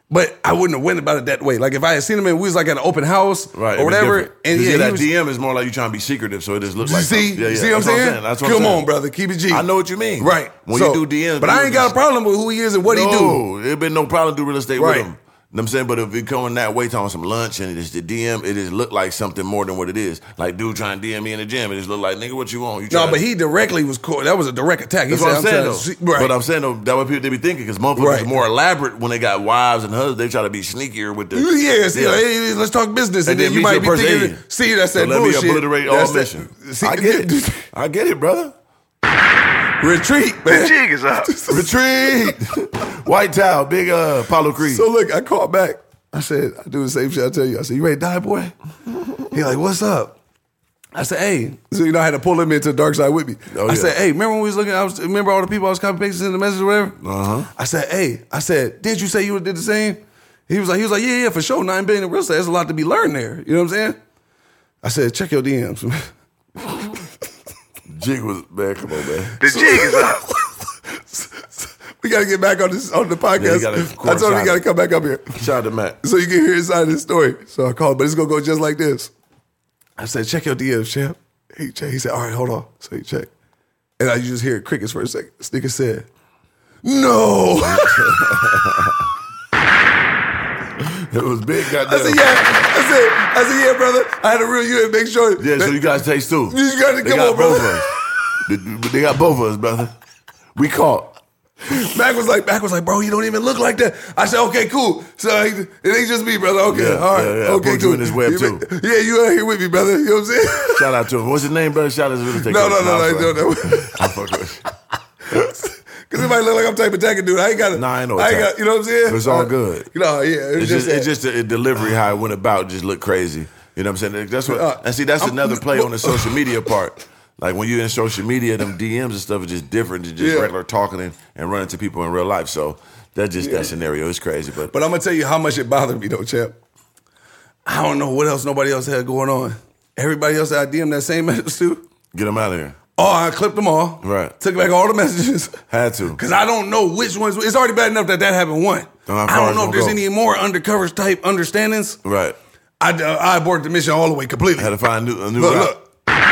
But I wouldn't have went about it that way. Like if I had seen him and we was like at an open house
right.
or whatever,
And
and
yeah,
yeah, he
that
was,
DM is more like you trying to be secretive, so it just looks
you
like.
see,
yeah, yeah.
you see what I'm
That's
saying?
That's what
Come
I'm saying.
on, brother, keep it G.
I know what you mean.
Right.
When
So-
you do DMs,
but I ain't got a problem with who he is and what he do.
no, it been no problem to do real estate
Right.
with him. You know what I'm saying, but if it coming that way, talking some lunch and it's the DM, it just look like something more than what it is. Like dude trying to DM me in the gym, it just look like nigga, what you want? You
No,
tryna-
but he directly was cool. That was a direct attack. He
That's what I'm saying
trying
though.
to see- right.
But I'm saying though, that what people they be thinking because motherfuckers
Right.
are more elaborate when they got wives and husbands. They try to be sneakier with the
Yes, yeah. hey, let's talk business, and,
And
then,
then
you
meet
might
your
be
person
thinking,
agent.
see, that's
So
that
let
bullshit.
me obliterate
That's
all
that-
mission.
See,
I get it. I get it, brother.
Retreat,
The
man.
jig is up.
Retreat. White towel, big uh Apollo Creed.
So look, I called back. I said, I do the same shit I tell you. I said, you ready to die, boy? He like, what's up? I said, hey. So you know, I had to pull him into the dark side with me.
Oh,
I
yeah.
said, hey, remember when we was looking? I was remember all the people I was copy pasting in the message or whatever.
Uh-huh.
I said, hey. I said, did you say you did the same? He was like, he was like, yeah, yeah, for sure. Nine billion in real estate. There's a lot to be learned there. You know what I'm saying? I said, check your DMs.
Jig was man, come on, man.
The jig is up.
We gotta get back on this on the podcast.
gotta-
I told him you gotta come back up here
Shout out to Matt.
so you can hear inside this story. So I called, but it's gonna go just like this. I said, check your DMs, champ. He checked. He said, all right, hold on. So he checked, and I you just hear crickets for a second. This nigga said, no.
It was big,
I
goddamn.
said, yeah. I said, I said, yeah, brother. I had to reel you in, make sure.
Yeah, so you guys taste too.
You gotta
they
come
got
on,
both of
brother.
us. They- They got both of us, brother. We caught.
Mac was like, Mac was like, bro, you don't even look like that. I said, okay, cool. So he- it ain't just me, brother. Okay,
Yeah,
all right,
yeah, yeah. I
okay,
put you
cool.
in this web,
You
too.
ma- Yeah, you out here with me, brother. You know what I'm saying?
Shout out to him. What's his name, brother? Shout out to his real estate
No,
coach.
no, no,
Nah,
no, no, no.
I fuck with you.
Cause it might look like I'm type attacking dude. I ain't got.
Nah, I ain't no
I ain't
attack.
got. You know what I'm saying? Uh,
It's all good.
You know, yeah. It was
It's just,
just,
it's just the delivery how it went about just looked crazy. You know what I'm saying? That's what,
Uh,
and see, that's
I'm-
another play on the social media part. Like when you're in social media, them DMs and stuff is just different than just
Yeah.
regular talking and, and running to people in real life. So that's just that scenario. It's crazy, but,
But I'm gonna tell you how much it bothered me though, champ. I don't know what else nobody else had going on. Everybody else that I DM that same message to.
get them out of here.
Oh, I clipped them all.
Right.
Took back all the messages.
Had to.
Cause I don't know which ones. It's already bad enough that that happened one.
Don't know how
I
far
don't
it's
know if
gonna
there's
go.
any more undercover type understandings.
Right.
I, uh, I aborted the mission all the way completely.
Had to find a new, a new
Look,
route.
look.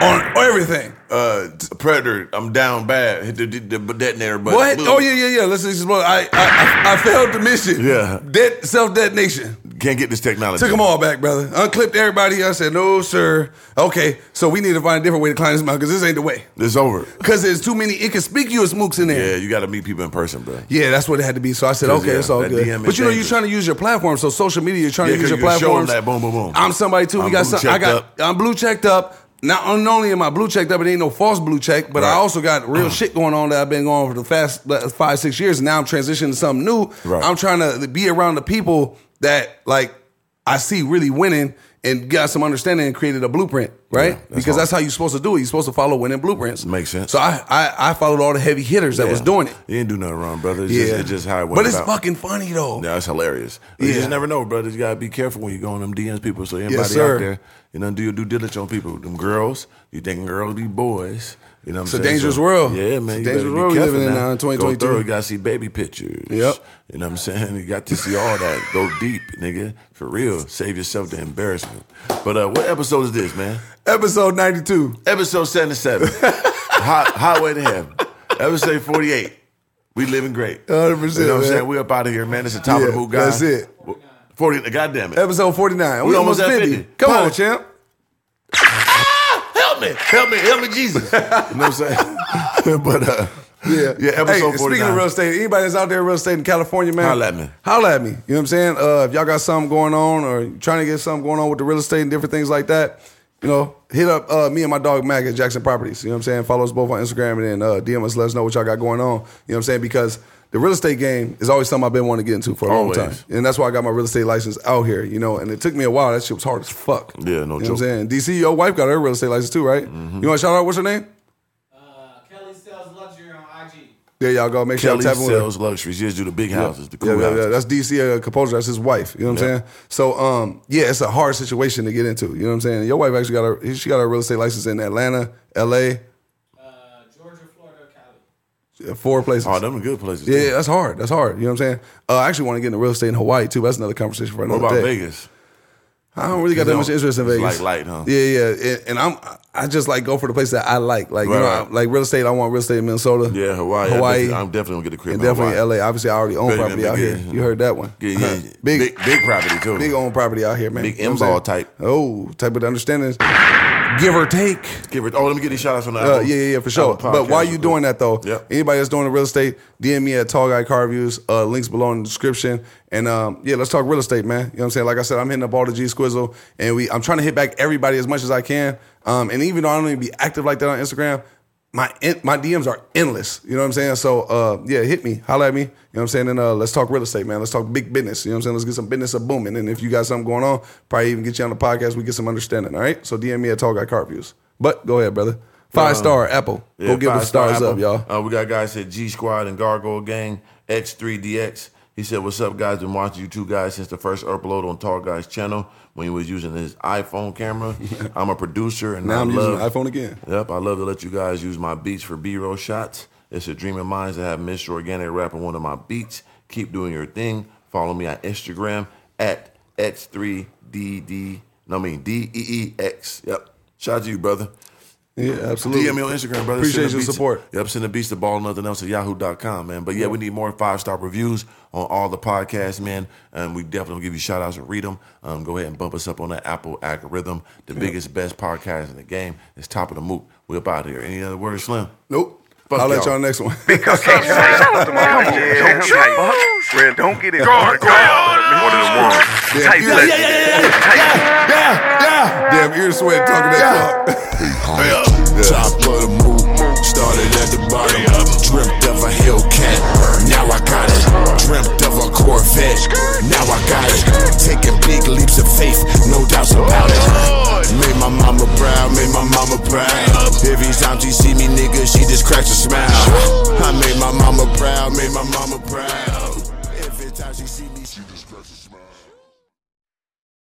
On on everything.
Uh, t- predator, I'm down bad. Hit the, the, the detonator button.
What?
Boom.
Oh yeah, yeah, yeah. Let's just I, I I I failed the mission.
Yeah.
Det- self detonation.
Can't get this technology.
Took them all back, brother. Unclipped everybody. I said, no, sir. Okay, so we need to find a different way to climb this mountain because this ain't the way.
It's over.
Because there's too many inconspicuous mooks in there.
Yeah, you got to meet people in person, bro.
Yeah, that's what it had to be. So I said,
'Cause,
okay,
yeah,
it's all
that
good.
DM is
But you know, you're
dangerous.
trying to use your platform. So social media, you're trying
Yeah,
to use
'cause
your
you can show 'em
platforms.
that, boom, boom, boom.
I'm somebody too. We
I'm
got
blue
some. I
checked
got.
up.
I'm blue checked up. Not, not only am I blue checked up, it ain't no false blue check, but I
Right.
also got real shit going on that I've been going for the past like, five, six years. And now I'm transitioning to something new.
Right.
I'm trying to be around the people that like I see really winning and got some understanding and created a blueprint, right?
that's
because
hard.
that's how you're supposed to do it. You're supposed to follow winning blueprints.
Makes sense.
So I I, I followed all the heavy hitters that was doing it.
You didn't do nothing wrong, brother. It's, just, it's just how it went
But it's
about.
fucking funny though.
Yeah, it's hilarious. You
Yeah.
just never know, brother. You gotta be careful when you go on them DMs, people. So anybody
sir.
out there, you know, do your due diligence on people. Them girls, you thinking girls be boys. You know, what
a
I'm saying?
dangerous
So,
world.
Yeah,
It's a
man. you
dangerous
better be
world we
careful
living in now in
Go
2022.
thorough, you gotta see baby pictures.
Yep.
You know what I'm saying? You got to see all that. Go deep, nigga. For real. Save yourself the embarrassment. But uh, what episode is this, man?
Episode 92.
Episode 77. Hot, highway to heaven. Episode 48. We living great.
100%,
You know what I'm
man.
saying? We up out of here, man. It's the top of
Yeah,
the hoop, guys.
that's it.
Forty. God damn it.
Episode 49. We,
We
almost
almost
at
at
50.
50.
Come on,
Pilot.
champ.
help me, help me, help me, Jesus. you know what I'm saying? but uh,
Yeah.
yeah. Episode
hey,
49.
Speaking of real estate, anybody that's out there in real estate in California, man.
Holla at me.
Holla at me. You know what I'm saying? Uh, if y'all got something going on or you trying to get something going on with the real estate and different things like that, you know, hit up uh, me and my dog Mac at Jackson Properties. You know what I'm saying? Follow us both on Instagram and then uh, DM us, let us know what y'all got going on. You know what I'm saying? Because the real estate game is always something I've been wanting to get into for a
Always.
long time. And that's why I got my real estate license out here, you know, and it took me a while. That shit was hard as fuck.
Yeah, no
you know What I'm
joke.
saying?
Mm-hmm.
DC, your wife got her real estate license too, right? You want to shout out, what's her name?
Uh, Kelly sells luxury on IG.
There y'all go. Make sure y'all
Kelly
tap in with her.
sells luxuries. Yes, do the big houses, the cool
yeah, yeah,
houses.
yeah. That's DC uh, composer. That's his wife. You know what I'm
Yeah.
saying? So, um, yeah, it's a hard situation to get into. You know what I'm saying? Your wife actually got her. She got her real estate license in Atlanta, L.A.,
Uh, Georgia, Florida, Cali.
uh, four places.
Oh, them are good places. too.
yeah, yeah, that's hard. That's hard. You know what I'm saying? Uh, I actually want to get into real estate in Hawaii too. That's another conversation for
What
another
about
day.
Vegas?
I don't really got that much interest in
It's
Vegas.
like light, huh?
Yeah, yeah. And, and I'm I just like go for the place that I like. Like you
Right,
know,
right.
I- like real estate. I want real estate in Minnesota.
Yeah, Hawaii. I
Hawaii.
definitely- I'm definitely gonna get a crib.
and
in
definitely
Hawaii.
L.A. Obviously, I already own
Better than
property out
big-
here. You heard that one. Uh-huh.
Yeah, yeah, yeah.
big,
big, big property too.
big own property out here, man.
Big
You know what
M-ball
I'm saying?
type.
Oh, type of understanding. Give or take.
Give it. Oh, let me get these shout outs on the
Uh,
album.
yeah, yeah, yeah, for sure.
Apple
But while
podcast.
you doing that though,
Yep.
anybody that's doing the real estate, DM me at Tall Guy Car Views. Uh, links below in the description. And um, yeah, let's talk real estate, man. You know what I'm saying? Like I said, I'm hitting up all the G Squizzle, and we I'm trying to hit back everybody as much as I can. Um, and even though I don't even be active like that on Instagram, my en- my DMs are endless. You know what I'm saying? So uh, yeah, hit me, holla at me. You know what I'm saying? And uh, let's talk real estate, man. Let's talk big business. You know what I'm saying? Let's get some business a booming. And if you got something going on, probably even get you on the podcast. We get some understanding. All right. So DM me at Tall Guy Car Views. But go ahead, brother. Five star Apple.
Yeah,
Go give them
five star
stars up,
Apple.
y'all.
Uh, we got guys at G Squad and Gargoyle Gang, X3DX. He said, What's up, guys? Been watching you two guys since the first upload on Tall Guys channel when he was using his iPhone camera. I'm a producer and
now
I
I'm using
love
the iPhone again.
Yep, I love to let you guys use my beats for B-roll shots. It's a dream of mine to have Mr. Organic rap on one of my beats. Keep doing your thing. Follow me on Instagram at x3dd. No, I mean D E E X. Yep. Shout out to you, brother.
Yeah, absolutely.
DM me on Instagram, brother.
Appreciate
Send the
your
beats-
support.
Yep, send the beats to ball nothing else at yahoo.com, man. But yeah, we need more five star reviews on all the podcasts, man. And we definitely will give you shout outs and read them. Um, go ahead and bump us up on that Apple algorithm, the biggest, best podcast in the game. It's top of the moot. We up out of here. Any other words, Slim?
Nope.
Fuck
I'll let
y'all.
y'all next one.
Come on, yeah, like, fuck, man, don't get it. fucked up. One of the ones. Type
yeah,
legend. Type-
Damn, ear sweat talking that talk.
Top of the move, started at the bottom. Dreamt of a Hellcat, now I got it. Dreamt of a Corvette, now I got it. Taking big leaps of faith, no doubts about it. Made my mama proud, made my mama proud. Every time she see me